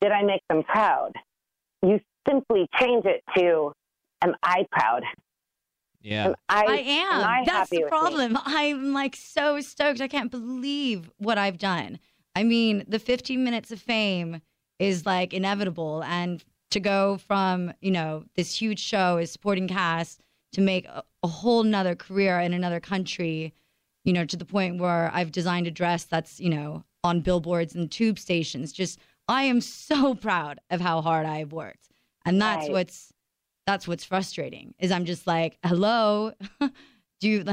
I: Did I make them proud? You simply change it to am I proud?
C: Yeah.
I: I,
D: am.
I: I
D: That's
I: happy
D: the
I: with me?
D: problem. I'm like so stoked. I can't believe what I've done. I mean, the 15 minutes of fame is like inevitable. And to go from, you know, this huge show as supporting cast to make a, a whole nother career in another country, you know, to the point where I've designed a dress that's, you know, on billboards and tube stations. Just, I am so proud of how hard I've worked. And that's
J: Right.
D: what's, that's what's frustrating is I'm just like, hello, do you,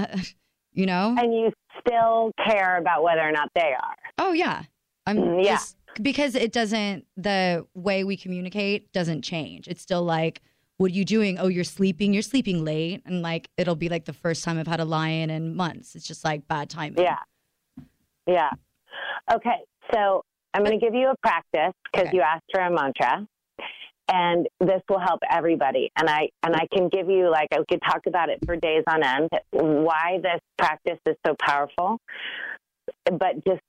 D: you know?
I: And you still care about whether or not they are.
D: Oh yeah. I'm
I: Mm, yeah.
D: just- because it doesn't the way we communicate doesn't change. It's still like what are you doing? Oh, you're sleeping. You're sleeping late and like it'll be like the first time I've had a lion in months. It's just like bad timing. Yeah.
I: Yeah. Okay. So I'm going to give you a practice because you asked for a mantra, and this will help everybody. And I and I can give you like I could talk about it for days on end. Why this practice is so powerful, but just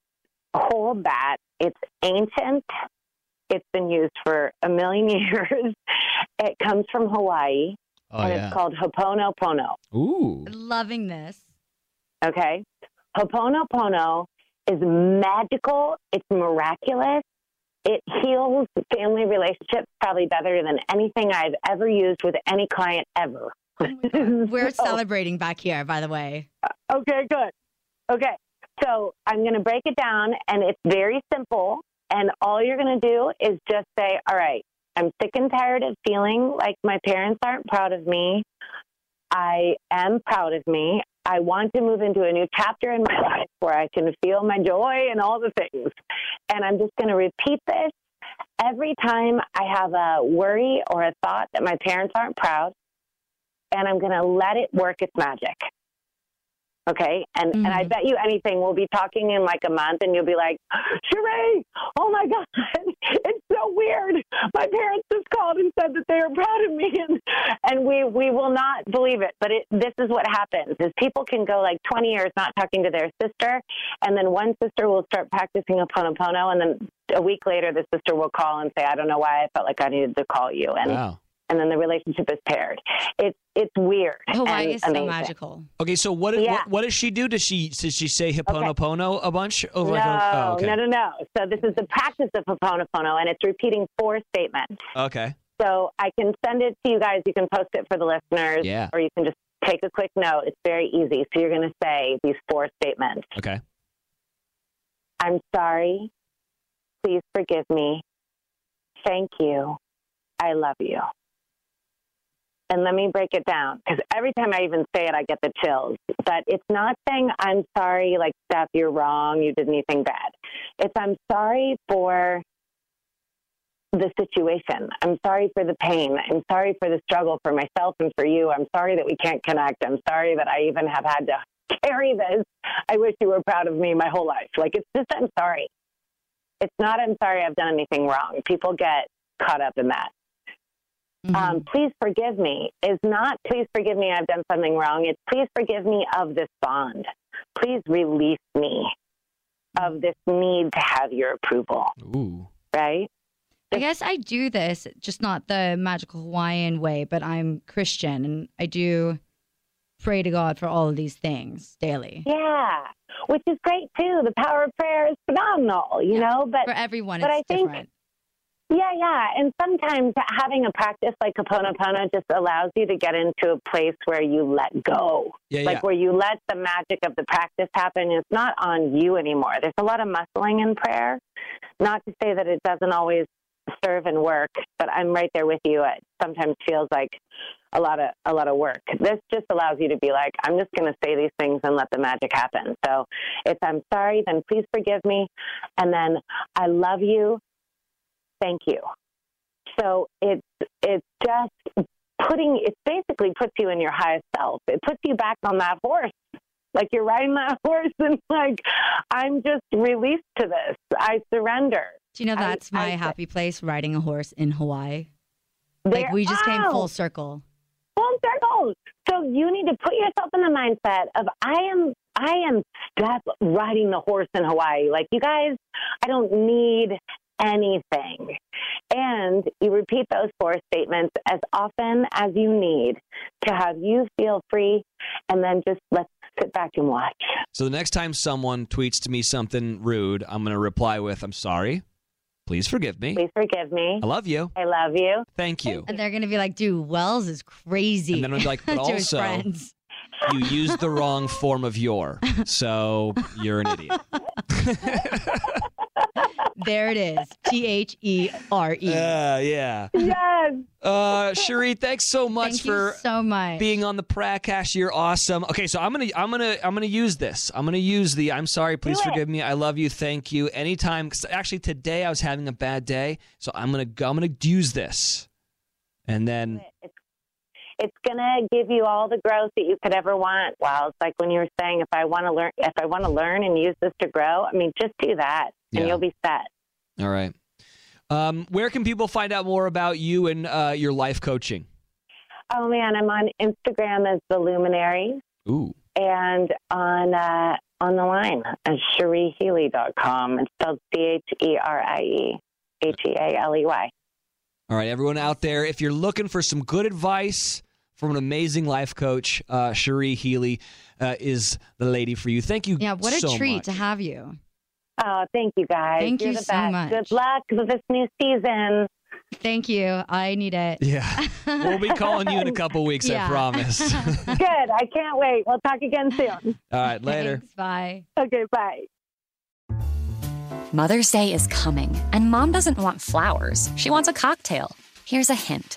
I: hold that. It's ancient. It's been used for a million years. It comes from Hawaii,
C: Oh,
I: and
C: yeah.
I: it's called Hoponopono.
C: Ooh.
D: Loving this.
I: Okay. Hoponopono is magical. It's miraculous. It heals family relationships probably better than anything I've ever used with any client ever.
D: We're
I: So-
D: celebrating back here, by the way.
I: Okay, good. Okay. So I'm going to break it down, and it's very simple. And all you're going to do is just say, All right, I'm sick and tired of feeling like my parents aren't proud of me. I am proud of me. I want to move into a new chapter in my life where I can feel my joy and all the things. And I'm just going to repeat this every time I have a worry or a thought that my parents aren't proud. And I'm going to let it work its magic. Okay. And, and I bet you anything, we'll be talking in like a month and you'll be like, Sheree, oh my God, it's so weird. My parents just called and said that they are proud of me. And, and we, we will not believe it. But it, this is what happens is people can go like 20 years not talking to their sister. And then one sister will start practicing Hoponopono. And then a week later, the sister will call and say, I don't know why I felt like I needed to call you. And,
C: Wow.
I: and then the relationship is paired. It's, it's weird.
D: Hawaii
I: and
D: is so
I: amazing.
D: magical.
C: Okay, so what,
I: Yeah.
C: what what does she do? Does she does she say Hoponopono a bunch over
I: no,
C: like a, oh, okay.
I: no, no, no. So this is the practice of Hoponopono, and it's repeating four statements.
C: Okay.
I: So I can send it to you guys. You can post it for the listeners,
C: Yeah.
I: or you can just take a quick note. It's very easy. So you're going to say these four statements.
C: Okay.
I: I'm sorry. Please forgive me. Thank you. I love you. And let me break it down because every time I even say it, I get the chills. But it's not saying, I'm sorry, like, Steph, you're wrong. You did anything bad. It's, I'm sorry for the situation. I'm sorry for the pain. I'm sorry for the struggle for myself and for you. I'm sorry that we can't connect. I'm sorry that I even have had to carry this. I wish you were proud of me my whole life. Like, it's just, I'm sorry. It's not, I'm sorry I've done anything wrong. People get caught up in that.
D: Mm-hmm.
I: Um, please forgive me is not, please forgive me, I've done something wrong. It's, please forgive me of this bond. Please release me of this need to have your approval.
C: Ooh.
I: Right?
D: I guess I do this, just not the magical Hawaiian way, but I'm Christian and I do pray to God for all of these things daily.
I: Yeah, which is great too. The power of prayer is phenomenal, you know. But
D: for everyone,
I: but
D: it's
I: I think,
D: different.
I: yeah, yeah. And sometimes having a practice like Hoponopono just allows you to get into a place where you let go,
C: Yeah,
I: like
C: yeah.
I: where you let the magic of the practice happen. It's not on you anymore. There's a lot of muscling in prayer. Not to say that it doesn't always serve and work, but I'm right there with you. It sometimes feels like a lot of a lot of work. This just allows you to be like, I'm just going to say these things and let the magic happen. So it's I'm sorry, then please forgive me, and then I love you. Thank you. So it's it's just putting it basically puts you in your highest self. It puts you back on that horse. Like you're riding that horse and like I'm just released to this. I surrender.
D: Do you know
I: I-
D: that's my happy place, riding a horse in Hawaii? like
I: There-
D: we just came
I: Oh!
D: full circle.
I: full circle. So you need to put yourself in the mindset of I am I am step riding the horse in Hawaii. Like you guys, I don't need anything. And you repeat those four statements as often as you need to have you feel free and then just let's sit back and watch.
C: So the next time someone tweets to me something rude, I'm going to reply with, I'm sorry. Please forgive me.
I: Please forgive me.
C: I love you.
I: I love you.
C: Thank you.
D: And they're gonna be like, dude, Wells is crazy.
C: And then I'm like, but
D: To his
C: also,
D: friends.
C: you used the wrong form of your. So you're an idiot.
D: there it is. T H E R E.
C: Uh, yeah.
I: Yes.
C: Uh, Cherie, thanks so much
D: Thank
C: for
D: you so much.
C: being on the Pracash. You're awesome. Okay, so I'm gonna I'm gonna I'm gonna use this. I'm gonna use the I'm sorry, please forgive me. I love you, thank you. Anytime 'cause actually today I was having a bad day, so I'm gonna go I'm gonna use this. And then
I: It's gonna give you all the growth that you could ever want. Well, it's like when you were saying, if I want to learn, if I want to learn and use this to grow, I mean, just do that, and
C: Yeah.
I: you'll be set.
C: all right. Um, where can people find out more about you and uh, your life coaching?
I: Oh man, I'm on Instagram as the Luminary
C: Ooh.
I: and on uh, on the line as CherieHealy.com. It's spelled C H E R I E H E A L E Y.
C: All right, everyone out there, if you're looking for some good advice from an amazing life coach, uh, Cherie Healy uh, is the lady for you. Thank you.
D: Yeah, what a
C: so
D: treat
C: much.
D: to have you.
I: Oh, thank you guys.
D: Thank
I: You're
D: you
I: the
D: so
I: best.
D: much.
I: Good luck with this new season.
D: Thank you. I need it.
C: Yeah. We'll be calling you in a couple weeks, I
I: Yeah.
C: promise. All
I: Good. I can't wait. We'll talk again soon.
C: right, later.
D: Bye.
I: Okay, bye.
F: Mother's Day is coming, and mom doesn't want flowers. She wants a cocktail. Here's a hint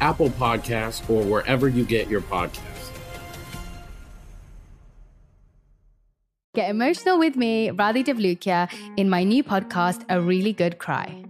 G: Apple Podcasts, or wherever you get your podcasts.
H: Get emotional with me, Radhi Devlukia, in my new podcast, A Really Good Cry.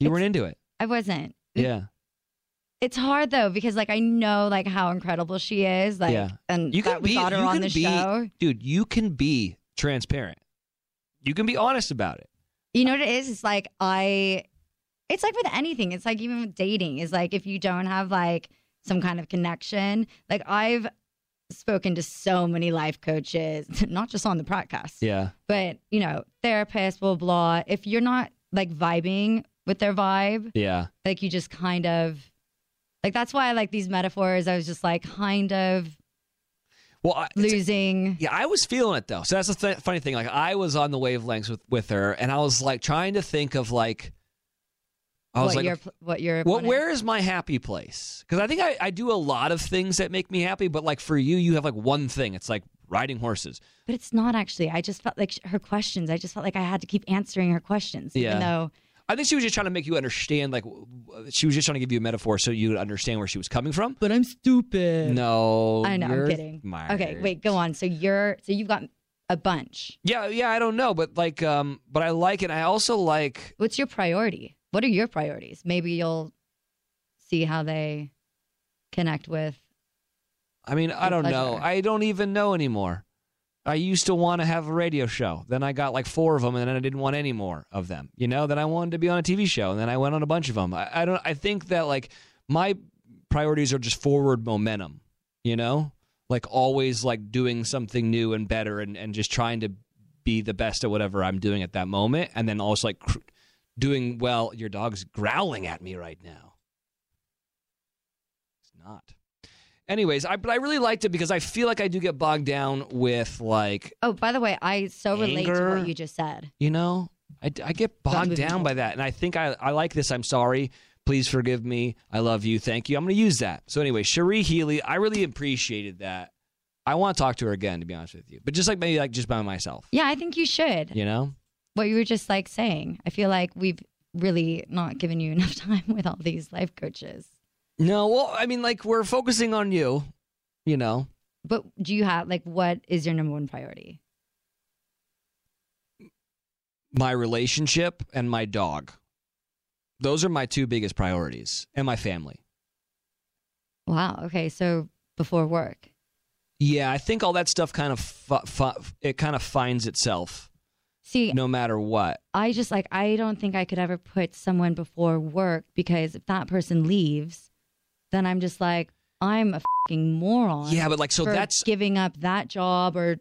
C: You weren't into it.
D: I wasn't.
C: Yeah.
D: It's hard though because like I know like how incredible she is. Like
C: yeah.
D: and
C: you can
D: that we
C: be,
D: got her
C: you
D: on
C: can
D: the
C: be,
D: show.
C: Dude, you can be transparent. You can be honest about it.
D: You know what it is? It's like I it's like with anything. It's like even with dating, is like if you don't have like some kind of connection. Like I've spoken to so many life coaches, not just on the podcast,
C: Yeah.
D: but you know, therapists, blah, blah. If you're not like vibing with their vibe,
C: Yeah.
D: like you just kind of like that's why I like these metaphors. I was just like kind of
C: Well, I,
D: losing.
C: Yeah, I was feeling it though. So that's the th- funny thing. Like I was on the wavelengths with with her, and I was like trying to think of like. I was
D: what
C: like,
D: your what your
C: Well,
D: opponent-
C: where is my happy place? Because I think I, I do a lot of things that make me happy, but like for you, you have like one thing. It's like riding horses.
D: But it's not actually. I just felt like sh- her questions. I just felt like I had to keep answering her questions,
C: Yeah.
D: even though
C: I think she was just trying to make you understand. Like w- w- she was just trying to give you a metaphor so you would understand where she was coming from.
D: But I'm stupid.
C: No,
D: I know.
C: you're
D: I'm kidding.
C: smart.
D: Okay, wait, go on. um, So you're so you've got a bunch.
C: Yeah, yeah. I don't know, but like, um, but I like it. I also like.
D: What's your priority? What are your priorities? Maybe you'll see how they connect with.
C: I mean, I
D: Your
C: don't know.
D: pleasure.
C: I don't even know anymore. I used to want to have a radio show. Then I got like four of them, and then I didn't want any more of them. You know, then I wanted to be on a TV show, and then I went on a bunch of them. I, I don't. I think that like my priorities are just forward momentum. You know, like always like doing something new and better, and and just trying to be the best at whatever I'm doing at that moment, and then also like cr- doing well. Your dog's growling at me right now. It's not. Anyways, I but I really liked it because I feel like I do get bogged down with like
D: Oh, by the way, I so relate to
C: Anger.
D: what you just said.
C: you know I, I get bogged down by that, and I think I I like this. I'm sorry. Please forgive me. I love you. Thank you. I'm going to use that. So anyway, Cherie Healy, I really appreciated that. I want to talk to her again, to be honest with you, but just like maybe like just by myself,
D: Yeah, I think you should.
C: you know.
D: What you were just like saying. I feel like we've really not given you enough time with all these life coaches.
C: No, well, I mean, like we're focusing on you, you know.
D: But do you have like what is your number one priority?
C: my relationship and my dog. Those are my two biggest priorities and my family.
D: Wow. Okay. So before work.
C: Yeah, I think all that stuff kind of fu- fu- it kind of finds itself.
D: See,
C: no matter what.
D: I just like I don't think I could ever put someone before work because if that person leaves, then I'm just like I'm a fucking moron.
C: Yeah, but, like, so
D: for
C: that's-
D: giving up that job or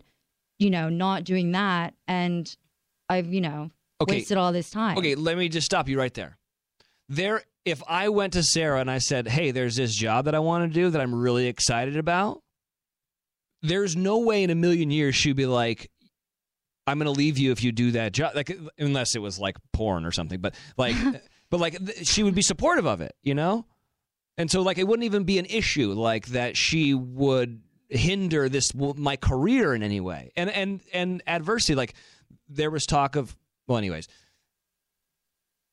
D: you know not doing that, and I've you know
C: Okay.
D: wasted all this time.
C: Okay, let me just stop you right there. There if I went to Sarah and I said, "Hey, there's this job that I want to do that I'm really excited about." There's no way in a million years she'd be like, "I'm going to leave you if you do that job." Like unless it was like porn or something, but like but like th- she would be supportive of it, you know? And so like it wouldn't even be an issue like that she would hinder this w- my career in any way. And and and adversity like there was talk of well anyways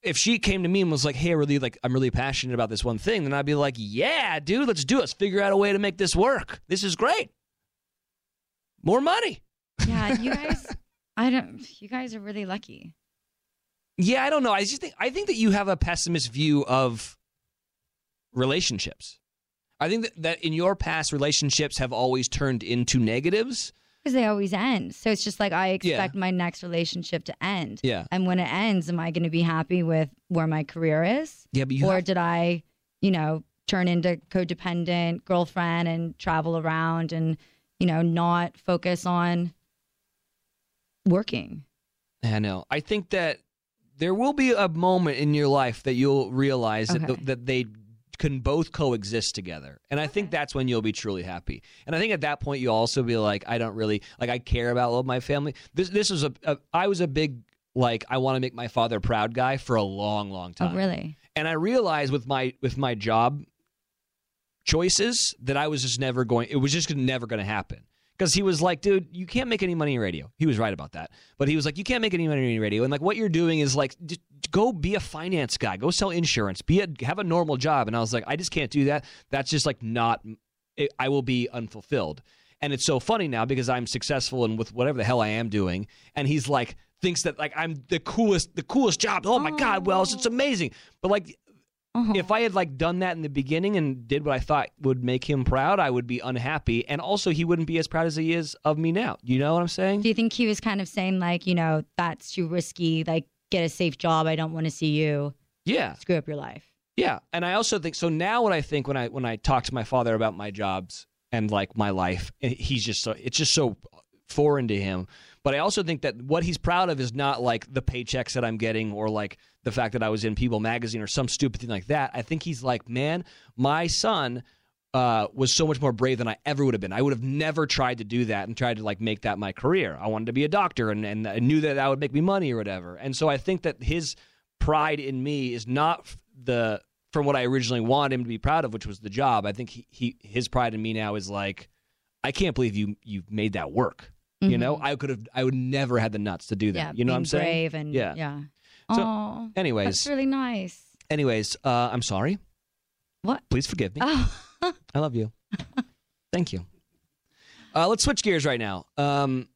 C: if she came to me and was like, "Hey, I really like I'm really passionate about this one thing," then I'd be like, "Yeah, dude, let's do it. Let's figure out a way to make this work. This is great. More money."
D: Yeah, you guys, I don't. You guys are really lucky.
C: Yeah, I don't know. I just think I think that you have a pessimist view of relationships. I think that, that in your past relationships have always turned into negatives.
D: Because they always end. So it's just like I
C: Yeah.
D: expect my next relationship to end.
C: Yeah.
D: And when it ends, am I going to be happy with where my career is?
C: Yeah, but you
D: or
C: have-
D: did I, you know, turn into codependent girlfriend and travel around and, you know, not focus on working?
C: I know. I think that there will be a moment in your life that you'll realize that,
D: Okay.
C: that they can both coexist together. And I think that's when you'll be truly happy. And I think at that point you'll also be like, I don't really like I care about love my family. This this was a, a I was a big like I want to make my father proud guy for a long, long
L: Uh,
C: time.
D: Oh, really?
C: And I realized with my with my job choices that I was just never going. It was just never going to happen because he was like, "Dude, you can't make any money in radio." He was right about that, but he was like, "You can't make any money in radio." And like, what you're doing is like, just go be a finance guy, go sell insurance, be a have a normal job. And I was like, I just can't do that. That's just like not. It, I will be unfulfilled. And it's so funny now because I'm successful and with whatever the hell I am doing, and he's like thinks that like I'm the coolest, the coolest job. Oh my god, Wells, it's amazing. But like
D: Uh-huh.
C: if I had like done that in the beginning and did what I thought would make him proud, I would be unhappy, and also he wouldn't be as proud as he is of me now. You know what I'm saying?
D: Do you think he was kind of saying, like, you know, that's too risky? Like, get a safe job. I don't want to see you
C: Yeah,
D: screw up your life.
C: yeah. And I also think so. Now, what I think when I when I talk to my father about my jobs and like my life. And He's just so it's just so foreign to him. But I also think that what he's proud of is not like the paychecks that I'm getting or like the fact that I was in People magazine or some stupid thing like that. I think he's like, man, my son uh, was so much more brave than I ever would have been. I would have never tried to do that and tried to like make that my career. I wanted to be a doctor and, and I knew that that would make me money or whatever. And so I think that his pride in me is not f- the from what I originally wanted him to be proud of, which was the job. I think he, he his pride in me now is like, I can't believe you you made that work. You know, I could have I would never had the nuts to do that.
D: Mm-hmm. Yeah,
C: you know what
D: being
C: I'm saying?
D: brave and-
C: yeah.
D: yeah.
C: So,
D: Aw,
C: anyways,
D: that's really nice.
C: anyways, uh, I'm sorry.
D: What?
C: Please forgive me.
D: Oh,
C: I love you. Thank you. Uh, let's switch gears right now. Um,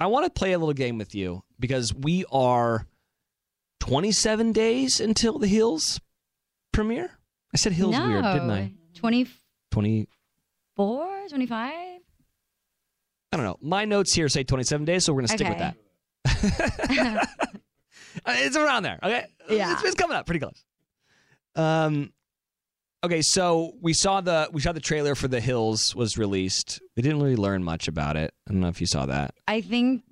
C: I want to play a little game with you because we are 27 days until the Hills premiere. I said Hills
D: no.
C: weird, didn't I?
D: 24,
C: 20.
D: 25?
C: I don't know. My notes here say 27 days, so we're going to stick with that. Uh, it's around there. Okay. Yeah. It's, it's coming up pretty close. Um, okay. So we saw the we saw the trailer for The Hills was released. We didn't really learn much about it. I don't know if you saw that.
D: I think,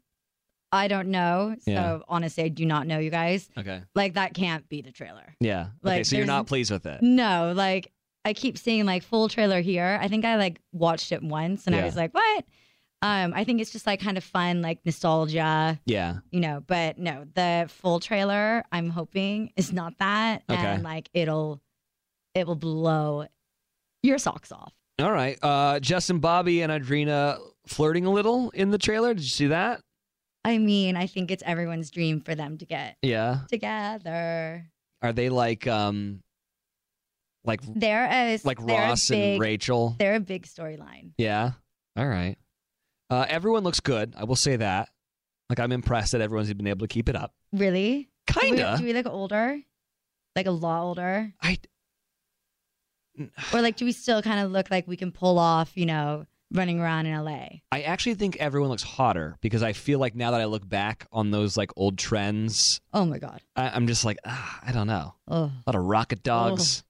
D: I don't know. So
C: Yeah.
D: honestly, I do not know you guys.
C: Okay.
D: Like, that can't be the trailer.
C: Yeah. Okay.
D: Like,
C: so you're
D: there's-
C: not pleased with it.
D: No, like, I keep seeing like full trailer here. I think I like watched it once and I
C: Yeah.
D: was like, what? Um, I think it's just like kind of fun, like nostalgia.
C: Yeah.
D: you know, but no, the full trailer I'm hoping is not that,
C: Okay.
D: and like it'll it will blow your socks off.
C: All right. Uh, Justin, Bobby, and Adrena flirting a little in the trailer. Did you see that?
D: I mean, I think it's everyone's dream for them to get
C: Yeah.
D: together.
C: Are they like um, like
D: They're a
C: like
D: they're a
C: Ross and
D: big-
C: Rachel?
D: They're a big storyline.
C: Yeah. All right. Uh, everyone looks good. I will say that. Like I'm impressed that everyone's been able to keep it up.
D: Really? Do we-
C: Kinda.
D: Do we look older? Like a lot older?
C: I.
D: Or like, do we still kind of look like we can pull off? You know, running around in LA.
C: I actually think everyone looks hotter because I feel like now that I look back on those like old trends,
D: Oh my god.
C: I, I'm just like, ah, I don't know.
D: Ugh.
C: A lot of rocket dogs.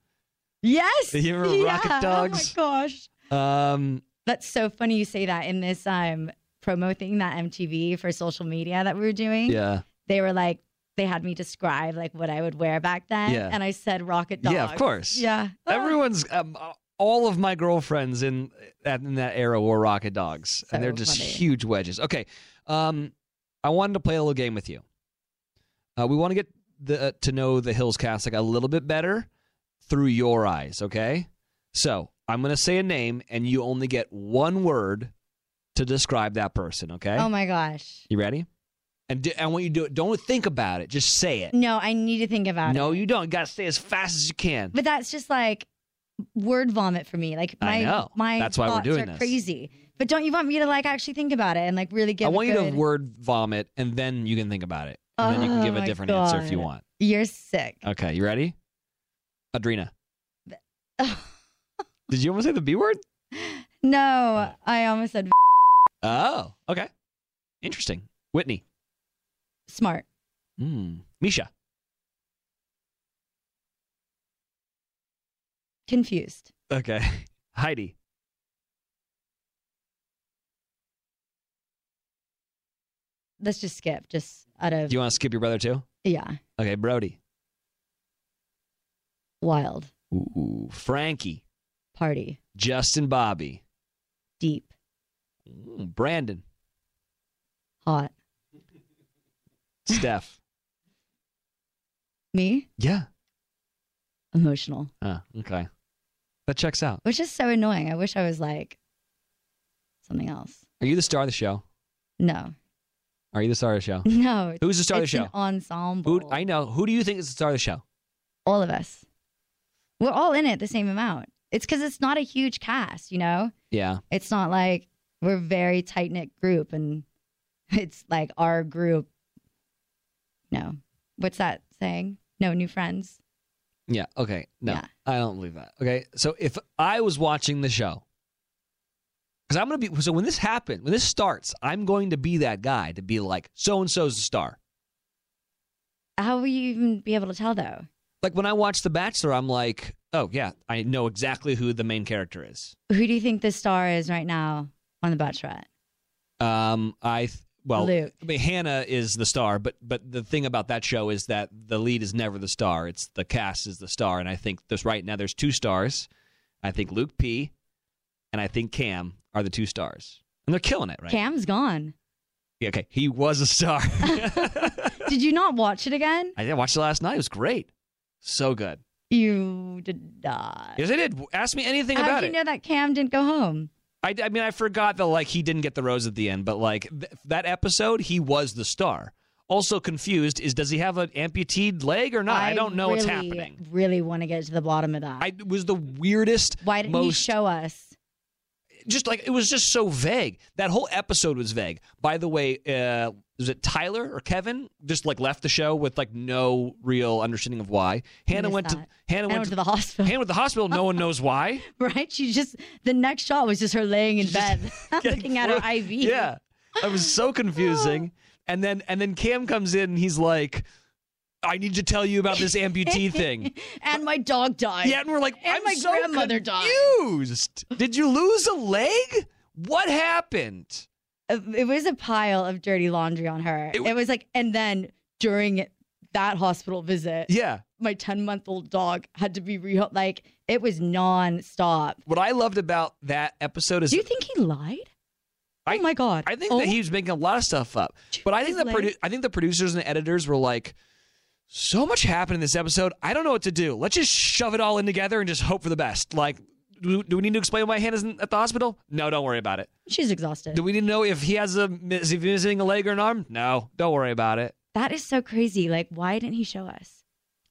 D: Yes.
C: You remember
D: Oh. yeah.
C: Rocket Dogs?
D: Oh my gosh.
C: Um,
D: That's so funny you say that in this um promo thing that MTV for social media that we were doing.
C: yeah.
D: They were like they had me describe like what I would wear back then.
C: Yeah.
D: And I said rocket dogs.
C: Yeah, of course.
D: Yeah.
C: Everyone's um, all of my girlfriends in that in that era wore rocket dogs, and they're just
D: funny.
C: huge wedges. Okay, um, I wanted to play a little game with you. Uh, we want to get the uh, to know the Hills cast like a little bit better through your eyes. Okay, so I'm gonna say a name, and you only get one word to describe that person. Okay,
D: Oh my gosh.
C: you ready? And do, I want you to do it. Don't think about it. Just say it.
D: No, I need to think about it.
C: No, you don't. You gotta say it as fast as you can.
D: But that's just like word vomit for me. Like my
C: I know.
D: my
C: That's why we're
D: thoughts
C: doing
D: are
C: this.
D: crazy. But don't you want me to like actually think about it and like really give
C: I
D: a
C: want you to
D: good-
C: word vomit, and then you can think about it, and then you can
D: Oh
C: give a
D: my
C: different answer if you
D: God.
C: want.
D: You're sick.
C: Okay, you ready? Adrena. Did you almost say the B word?
D: No, I almost said
C: Oh, okay. Interesting. Whitney.
D: smart.
C: Mm. Misha.
D: Confused.
C: Okay. Heidi.
D: Let's just skip just out
C: Do
D: of
C: you want to skip your brother too?
D: yeah.
C: Okay, Brody.
D: Wild.
C: Ooh, Frankie.
D: Party.
C: Justin Bobby.
D: Deep.
C: Ooh, Brandon.
D: Hot.
C: Steph.
D: Me?
C: Yeah.
D: Emotional.
C: Ah, okay. That checks out.
D: Which is so annoying. I wish I was like something else.
C: Are you the star of the show?
D: No.
C: Are you the star of the show?
D: No.
C: Who's the star of the
D: it's an
C: show?
D: ensemble.
C: Who I know. Who do you think is the star of the show?
D: All of us. We're all in it the same amount. It's because it's not a huge cast, you know?
C: Yeah.
D: It's not like we're a very tight knit group and it's like our group. No. What's that saying? No new friends.
C: Yeah. Okay. No,
D: Yeah.
C: I don't believe that. Okay. So if I was watching the show, because I'm gonna be so when this happens, when this starts, I'm going to be that guy to be like, so and so's the star.
D: How will you even be able to tell though?
C: Like when I watch The Bachelor, I'm like, oh yeah, I know exactly who the main character is.
D: Who do you think the star is right now on The Bachelorette?
C: Um, I th- well,
D: Luke.
C: I mean, Hannah is the star, but but the thing about that show is that the lead is never the star; it's the cast is the star. And I think there's right now there's two stars. I think Luke P. and I think Cam are the two stars, and they're killing it, right?
D: Cam's gone.
C: Yeah, okay, he was a star.
D: Did you not watch it again?
C: I did watch it last night. It was great, so good.
D: You did not.
C: Yes, I did. Ask me anything
D: How
C: about
D: did
C: it.
D: you know that Cam didn't go home?
C: I, I mean, I forgot that like he didn't get the rose at the end, but like th- that episode, he was the star. Also confused is does he have an amputated leg or not? I, don't know what's
D: really,
C: happening.
D: Really want to get to the bottom of that.
C: I it was the weirdest.
D: Why didn't
C: most-
D: he show us?
C: Just like it was just so vague. That whole episode was vague. By the way, uh, was it Tyler or Kevin? Just like left the show with like no real understanding of why. Hannah
D: missed
C: went to
D: that.
C: Hannah went to
D: the hospital.
C: Hannah went to the hospital. No one knows why.
D: Right? She just the next shot was just her laying in bed, looking at her IV.
C: Yeah. That was so confusing. and then and then Cam comes in and he's like, I need to tell you about this amputee thing.
D: and my dog died.
C: Yeah, and we're like,
D: and
C: I'm
D: my
C: so
D: grandmother died.
C: confused. Did you lose a leg? What happened?
D: Uh, It was a pile of dirty laundry on her. It, was like, and then during that hospital visit,
C: Yeah.
D: my ten month old dog had to be re like it was nonstop.
C: What I loved about that episode is
D: Do you think he lied?
C: I,
D: oh my god!
C: I think
D: Oh.
C: that he was making a lot of stuff up. But I think the
D: His
C: produ-
D: leg.
C: I think the producers and the editors were like, so much happened in this episode. I don't know what to do. Let's just shove it all in together and just hope for the best. Like, do, do we need to explain why Hannah's in- at the hospital? No, don't worry about it.
D: She's exhausted.
C: Do we need to know if he has a is he missing a leg or an arm? No, don't worry about it.
D: that is so crazy. Like, why didn't he show us?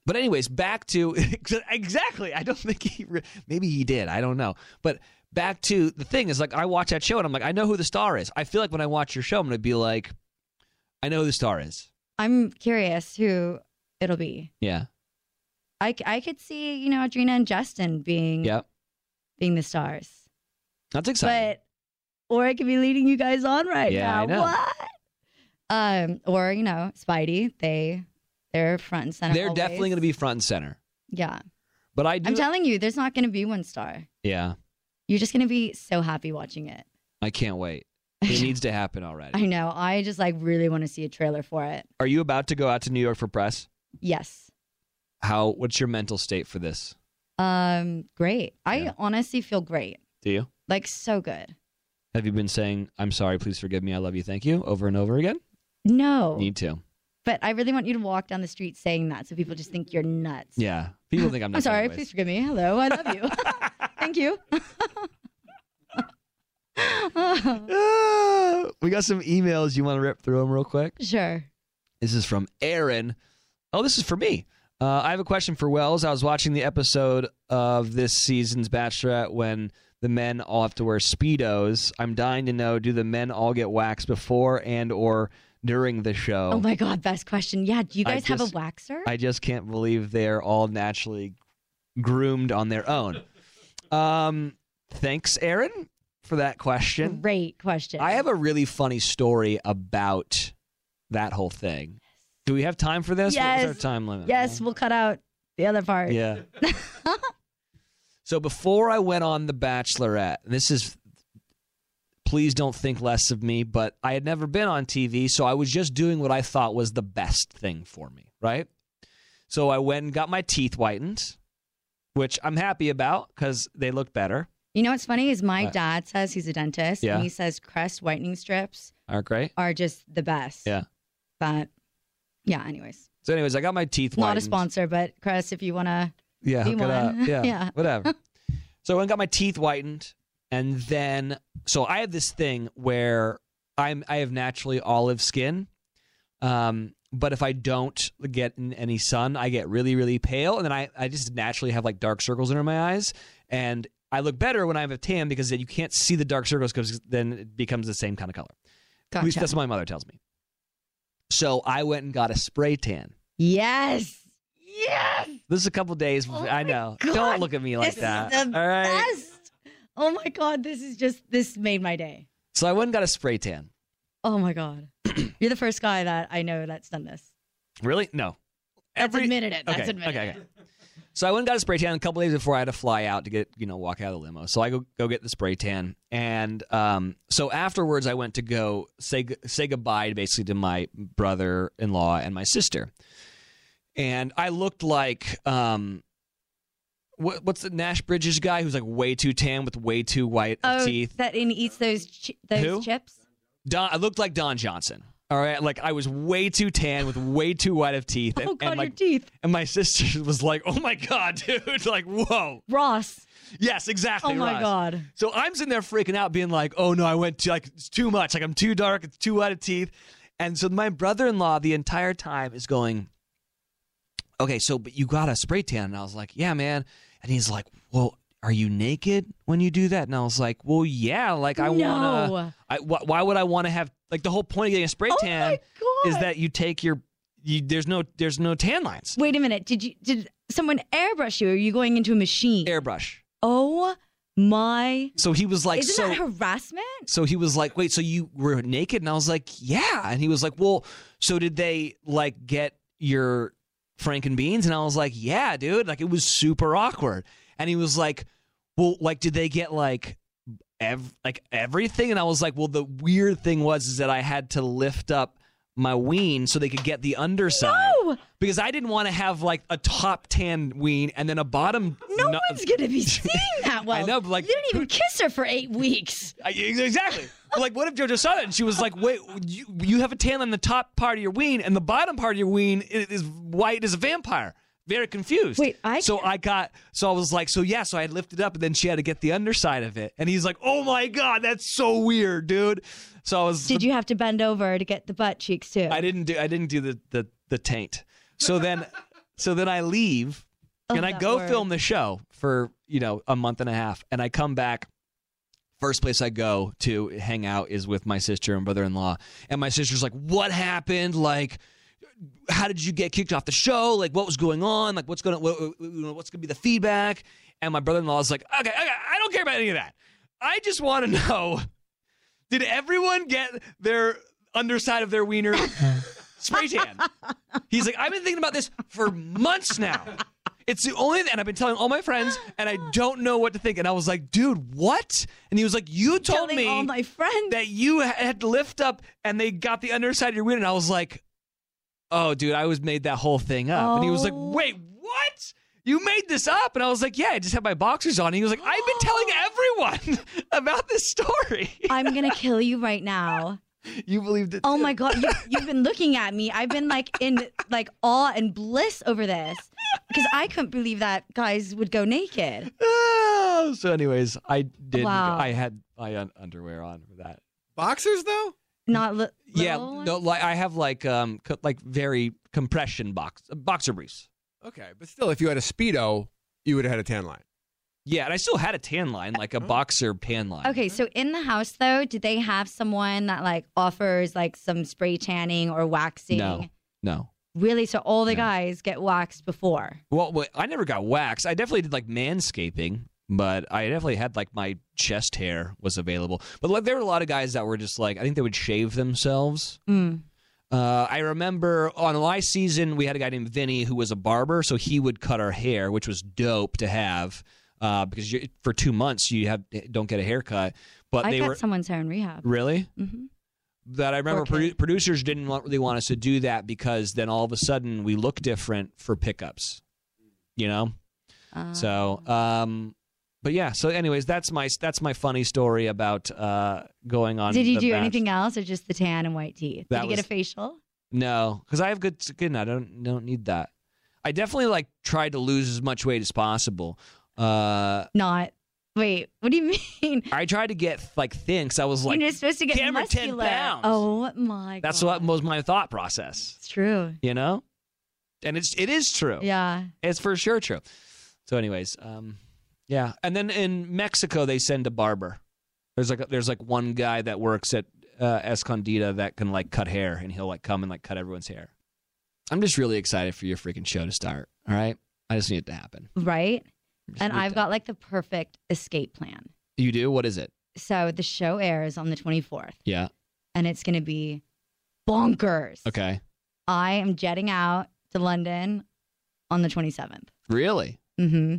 C: But anyways, back to exactly. I don't think he re- maybe he did. I don't know. But back to the thing is like I watch that show and I'm like I know who the star is. I feel like when I watch your show, I'm gonna be like, I know who the star is.
D: I'm curious who it'll be.
C: Yeah.
D: I, c- I could see you know Adrina and Justin being
C: Yep.
D: being the stars.
C: That's exciting.
D: But or I could be leading you guys on right
C: Yeah,
D: now.
C: I know.
D: What? Um, or you know, Spidey, they they're front and center.
C: They're
D: always.
C: definitely gonna be front and center.
D: Yeah.
C: But I do.
D: I'm telling you, there's not gonna be one star.
C: yeah.
D: You're just gonna be so happy watching it.
C: I can't wait. It needs to happen already.
D: I know. I just like really want to see a trailer for it.
C: Are you about to go out to New York for press?
D: Yes.
C: How? What's your mental state for this?
D: Um, great. I honestly feel great.
C: Do you?
D: Like so good.
C: Have you been saying "I'm sorry, please forgive me, I love you, thank you" over and over again?
D: No.
C: Need to.
D: But I really want you to walk down the street saying that so people just think you're nuts.
C: Yeah. People think I'm
D: I'm,
C: not.
D: sorry. Please forgive me. Hello. I love you. Thank you.
C: Ah, we got some emails. You want to rip through them real quick?
D: sure.
C: This is from Aaron. Oh, this is for me. Uh, I have a question for Wells. I was watching the episode of this season's Bachelorette when the men all have to wear speedos. I'm dying to know: Do the men all get waxed before and or during the show?
D: Oh. my God. Best question. Yeah. Do you
C: I
D: guys have a
C: just-
D: waxer?
C: I just can't believe they're all naturally groomed on their own. Um, thanks, Aaron, for that question.
D: Great question.
C: I have a really funny story about that whole thing. Do we have time for this? What was our time limit?
D: Yes. We'll cut out the other part.
C: Yeah. so before I went on The Bachelorette, and this is please don't think less of me, but I had never been on TV, so I was just doing what I thought was the best thing for me, right? So I went and got my teeth whitened, which I'm happy about because they look better.
D: You know what's funny is my
C: What?
D: dad says he's a dentist
C: Uh. Yeah.
D: and he says crest whitening strips
C: Aren't great.
D: are just the best.
C: Yeah.
D: But yeah, anyways.
C: So, anyways, I got my teeth whitened.
D: Not a sponsor, but Crest, if you want to.
C: Yeah,
D: be
C: hook it up.
D: one.
C: Yeah,
D: Yeah.
C: whatever. So I went and got my teeth whitened, and then so I have this thing where I'm I have naturally olive skin, um, but if I don't get in any sun, I get really really pale, and then I I just naturally have like dark circles under my eyes, and I look better when I have a tan because then you can't see the dark circles because then it becomes the same kind of color. At least
D: Gotcha.
C: that's what my mother tells me. So I went and got a spray tan.
D: Yes. Yes.
C: This is a couple days. before- I know. Don't look at me like
D: Oh this is
C: that.
D: the
C: All right.
D: best. Oh my God. This is just, this made my day.
C: So I went and got a spray tan.
D: Oh my God. You're the first guy that I know that's done this.
C: Really? No.
D: That's admitted it. That's
C: okay.
D: admitted
C: okay,
D: it.
C: okay. So I went and got a spray tan a couple days before I had to fly out to get, you know, walk out of the limo. So I go go get the spray tan, and um, so afterwards I went to go say g- say goodbye basically to my brother in law and my sister, and I looked like um, what, what's the Nash Bridges guy who's like way too tan with way too white of
D: Oh,
C: teeth?
D: that and eats those chi- those
C: Who?
D: chips.
C: Don, I looked like Don Johnson. All right, like I was way too tan with way too white of teeth. And,
D: Oh, God,
C: and
D: your
C: like, teeth. And my sister was like, "Oh my god, dude! Like, whoa,
D: Ross."
C: Yes, exactly.
D: Oh, my
C: Ross.
D: God.
C: So I'm sitting there freaking out, being like, "Oh no, I went to like it's too much. Like I'm too dark. It's too white of teeth." And so my brother-in-law the entire time is going, okay, so but you got a spray tan, and I was like, yeah, man. And he's like, well, are you naked when you do that? And I was like, well, yeah, like I
D: No.
C: wanna. I wh- why would I want to have like the whole point of getting a spray
D: Oh
C: tan is that you take your you, there's no there's no tan lines.
D: Wait a minute. Did you did someone airbrush you? Or are you going into a machine?
C: Airbrush.
D: Oh my!
C: So he was like,
D: Isn't
C: so
D: that harassment?
C: So he was like, "Wait, so you were naked?" And I was like, "Yeah." And he was like, "Well, so did they like get your frank and beans?" And I was like, "Yeah, dude." Like it was super awkward. And he was like, "Well, like did they get like ev- like everything?" And I was like, "Well, the weird thing was is that I had to lift up my ween so they could get the underside because I didn't want to have like a top tan ween and then a bottom. No
D: one's gonna be seeing that well.
C: I know, but like
D: you didn't even kiss her for eight weeks.
C: I- Exactly. like, what if JoJo saw that and she was like, "Wait, you, you have a tan on the top part of your ween, and the bottom part of your ween is, is white as a vampire." Very confused. Wait, I so I got so I was like, so yeah, so I had lifted up, and then she had to get the underside of it, and he's like, "Oh my god, that's so weird, dude." So I was.
D: Did you have to bend over to get the butt cheeks too?
C: I didn't do. I didn't do the the the taint. So then, so then I leave,
D: Oh,
C: and I
D: that
C: go
D: word.
C: film the show for you know a month and a half, and I come back. First place I go to hang out is with my sister and brother in law, and my sister's like, "What happened? Like." How did you get kicked off the show? Like, what was going on? Like, what's gonna what, what- you know, what's gonna be the feedback? And my brother in law is like, okay, okay, I don't care about any of that. I just want to know did everyone get their underside of their wiener spray tan? He's like, I've been thinking about this for months now. It's the only thing, and I've been telling all my friends, and I don't know what to think. And I was like, dude, what? And he was like, you told me all my
D: friends
C: that you had to lift up, and they got the underside of your wiener. And I was like, oh, dude, I was made that whole thing up. And he was like,
D: Oh.
C: wait, what? You made this up? And I was like, yeah, I just had my boxers on. And he was like, I've been telling everyone about this story.
D: I'm gonna kill you right now.
C: You believed it.
D: Oh my god, you, you've been looking at me. I've been like in like awe and bliss over this because I couldn't believe that guys would go naked.
C: Oh, so anyways, I did.
D: Wow.
C: not I had my un- underwear on for that.
D: Boxers though? Not li-
C: Yeah, no, like I have like um co- like very compression box boxer briefs.
E: Okay, but still, if you had a speedo, you would have had a tan line.
C: Yeah, and I still had a tan line, like
D: Oh.
C: a boxer tan line.
D: Okay, so in the house though, did they have someone that like offers like some spray tanning or waxing?
C: No, no.
D: Really? So all the guys get waxed before.
C: Well, wait, I never got waxed. I definitely did like manscaping, but I definitely had like my chest hair was available. But like there were a lot of guys that were just like I think they would shave themselves.
D: Mm.
C: Uh, I remember on my season, we had a guy named Vinny who was a barber, so he would cut our hair, which was dope to have uh, because you, for two months you have don't get a haircut. But
D: I
C: they
D: cut
C: were
D: someone's hair in rehab.
C: really
D: hmm
C: that I remember produ- producers didn't want, really want us to do that because then all of a sudden we look different for pickups, you know. so,
D: Ah.
C: um, but yeah. So, anyways, that's my that's my funny story about uh, going on.
D: Did you
C: The
D: do
C: Bachelor.
D: anything else or just the tan and white teeth?
C: That
D: Did you get
C: was-
D: a facial?
C: No, because I have good skin. I don't don't need that. I definitely like tried to lose as much weight as possible. Uh,
D: Not. Wait, what do you mean?
C: I tried to get like thin because I was like,
D: You're supposed to get
C: Cameron, 10
D: muscular.
C: pounds.
D: Oh my god.
C: that's what was my thought process.
D: It's true.
C: You know, and it's it is true.
D: Yeah.
C: It's for sure true. So, anyways, um, yeah. And then in Mexico, they send a barber. There's like there's like one guy that works at uh, Escondida that can like cut hair, and he'll like come and like cut everyone's hair. I'm just really excited for your freaking show to start. All right, I just need it to happen.
D: Right? And
C: need
D: I've got like the perfect escape plan.
C: You do? What is it?
D: So the show airs on the 24th
C: Yeah.
D: and it's going to be bonkers.
C: Okay.
D: I am jetting out to London on the 27th.
C: Really?
D: Mm-hmm.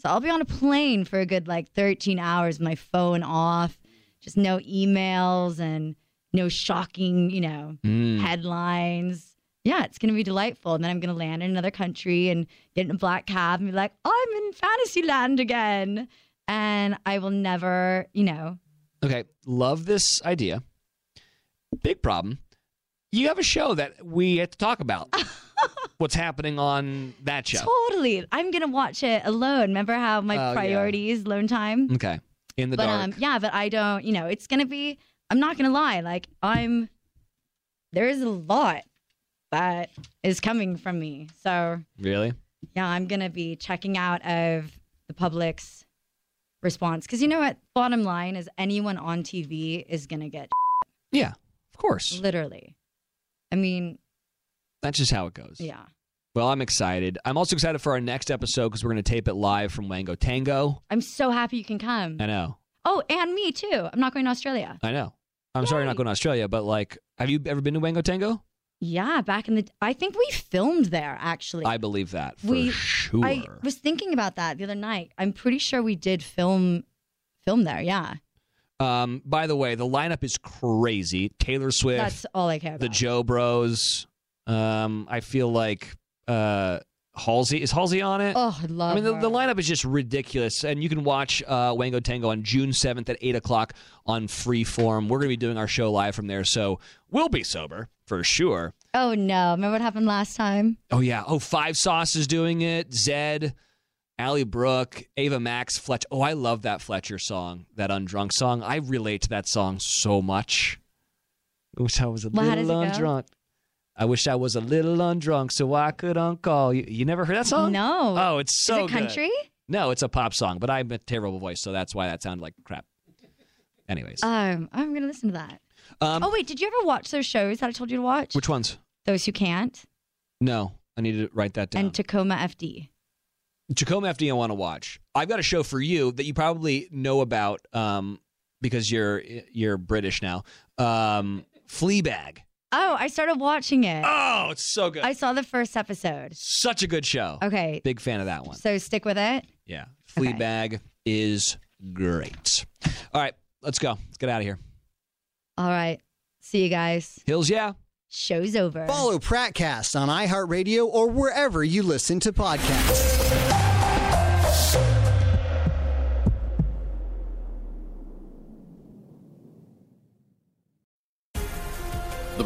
D: So I'll be on a plane for a good like 13 hours, my phone off, just no emails and no shocking, you know,
C: Hmm.
J: Mm.
D: headlines. Yeah, it's gonna be delightful. And then I'm gonna land in another country and get in a black cab and be like, I'm in fantasy land again. And I will never, you know,
C: Okay, love this idea. Big problem. You have a show that we have to talk about. What's happening on that show?
D: totally. I'm gonna watch it alone. Remember how my
C: Oh, yeah.
D: priorities alone time?
C: Okay, in the
D: but
C: dark.
D: um yeah but i don't you know it's gonna be i'm not gonna lie like i'm there is a lot that is coming from me so
C: really?
D: yeah i'm gonna be checking out of the public's response because you know what bottom line is anyone on tv is gonna get
C: yeah of course
D: literally i mean
C: That's just how it goes.
D: yeah
C: Well, I'm excited. I'm also excited for our next episode because we're going to tape it live from Wango Tango.
D: i'm so happy you can come
C: I know.
D: oh and me too i'm not going to australia
C: I know. I'm sorry you're not going to Australia, but like, have you ever been to Wango Tango?
D: yeah back in the i think we filmed there actually
C: I believe that for
D: we
C: sure.
D: I was thinking about that the other night. I'm pretty sure we did film film there. Yeah,
C: Um, by the way, the lineup is crazy. Taylor Swift,
D: that's all I care
C: the
D: about.
C: Joe Bros. Um, I feel like uh, Halsey is Halsey on it.
D: oh, I love.
C: I mean, the,
D: her.
C: the lineup is just ridiculous, and you can watch uh, Wango Tango on June seventh at eight o'clock on Freeform. We're going to be doing our show live from there, so we'll be sober for sure.
D: oh no! Remember what happened last time?
C: Oh yeah. Oh, Five Sauce is doing it. Zed, Allie Brooke, Ava Max, Fletcher. Oh, I love that Fletcher song, that Undrunk song. I relate to that song so much. I wish I was a
J: Well, how
C: little
J: does it go?
C: undrunk. I wish I was a little undrunk so I could uncall you. You never heard that song?
D: No.
C: Oh, it's
D: Is
C: so
D: it
C: good.
D: country?
C: No, it's a pop song, but I'm a terrible voice, so that's why that sounded like crap. Anyways,
D: Um, I'm gonna listen to that.
C: Um,
D: oh wait, did you ever watch those shows that I told you to watch?
C: which ones?
D: Those who can't
C: No, I need to write that down.
D: and Tacoma FD.
C: Tacoma FD, I want to watch. I've got a show for you that you probably know about um, because you're you're British now. Um, Fleabag.
D: Oh, I started watching it.
C: Oh, it's so good.
D: I saw the first episode.
C: Such a good show.
D: Okay.
C: Big fan of that one.
D: So stick with it.
C: Yeah. Fleabag is great. All right, let's go. Let's get out of here.
D: All right. See you guys.
C: Hills, yeah.
D: Show's over.
K: Follow Pratcast on iHeartRadio or wherever you listen to podcasts.
G: The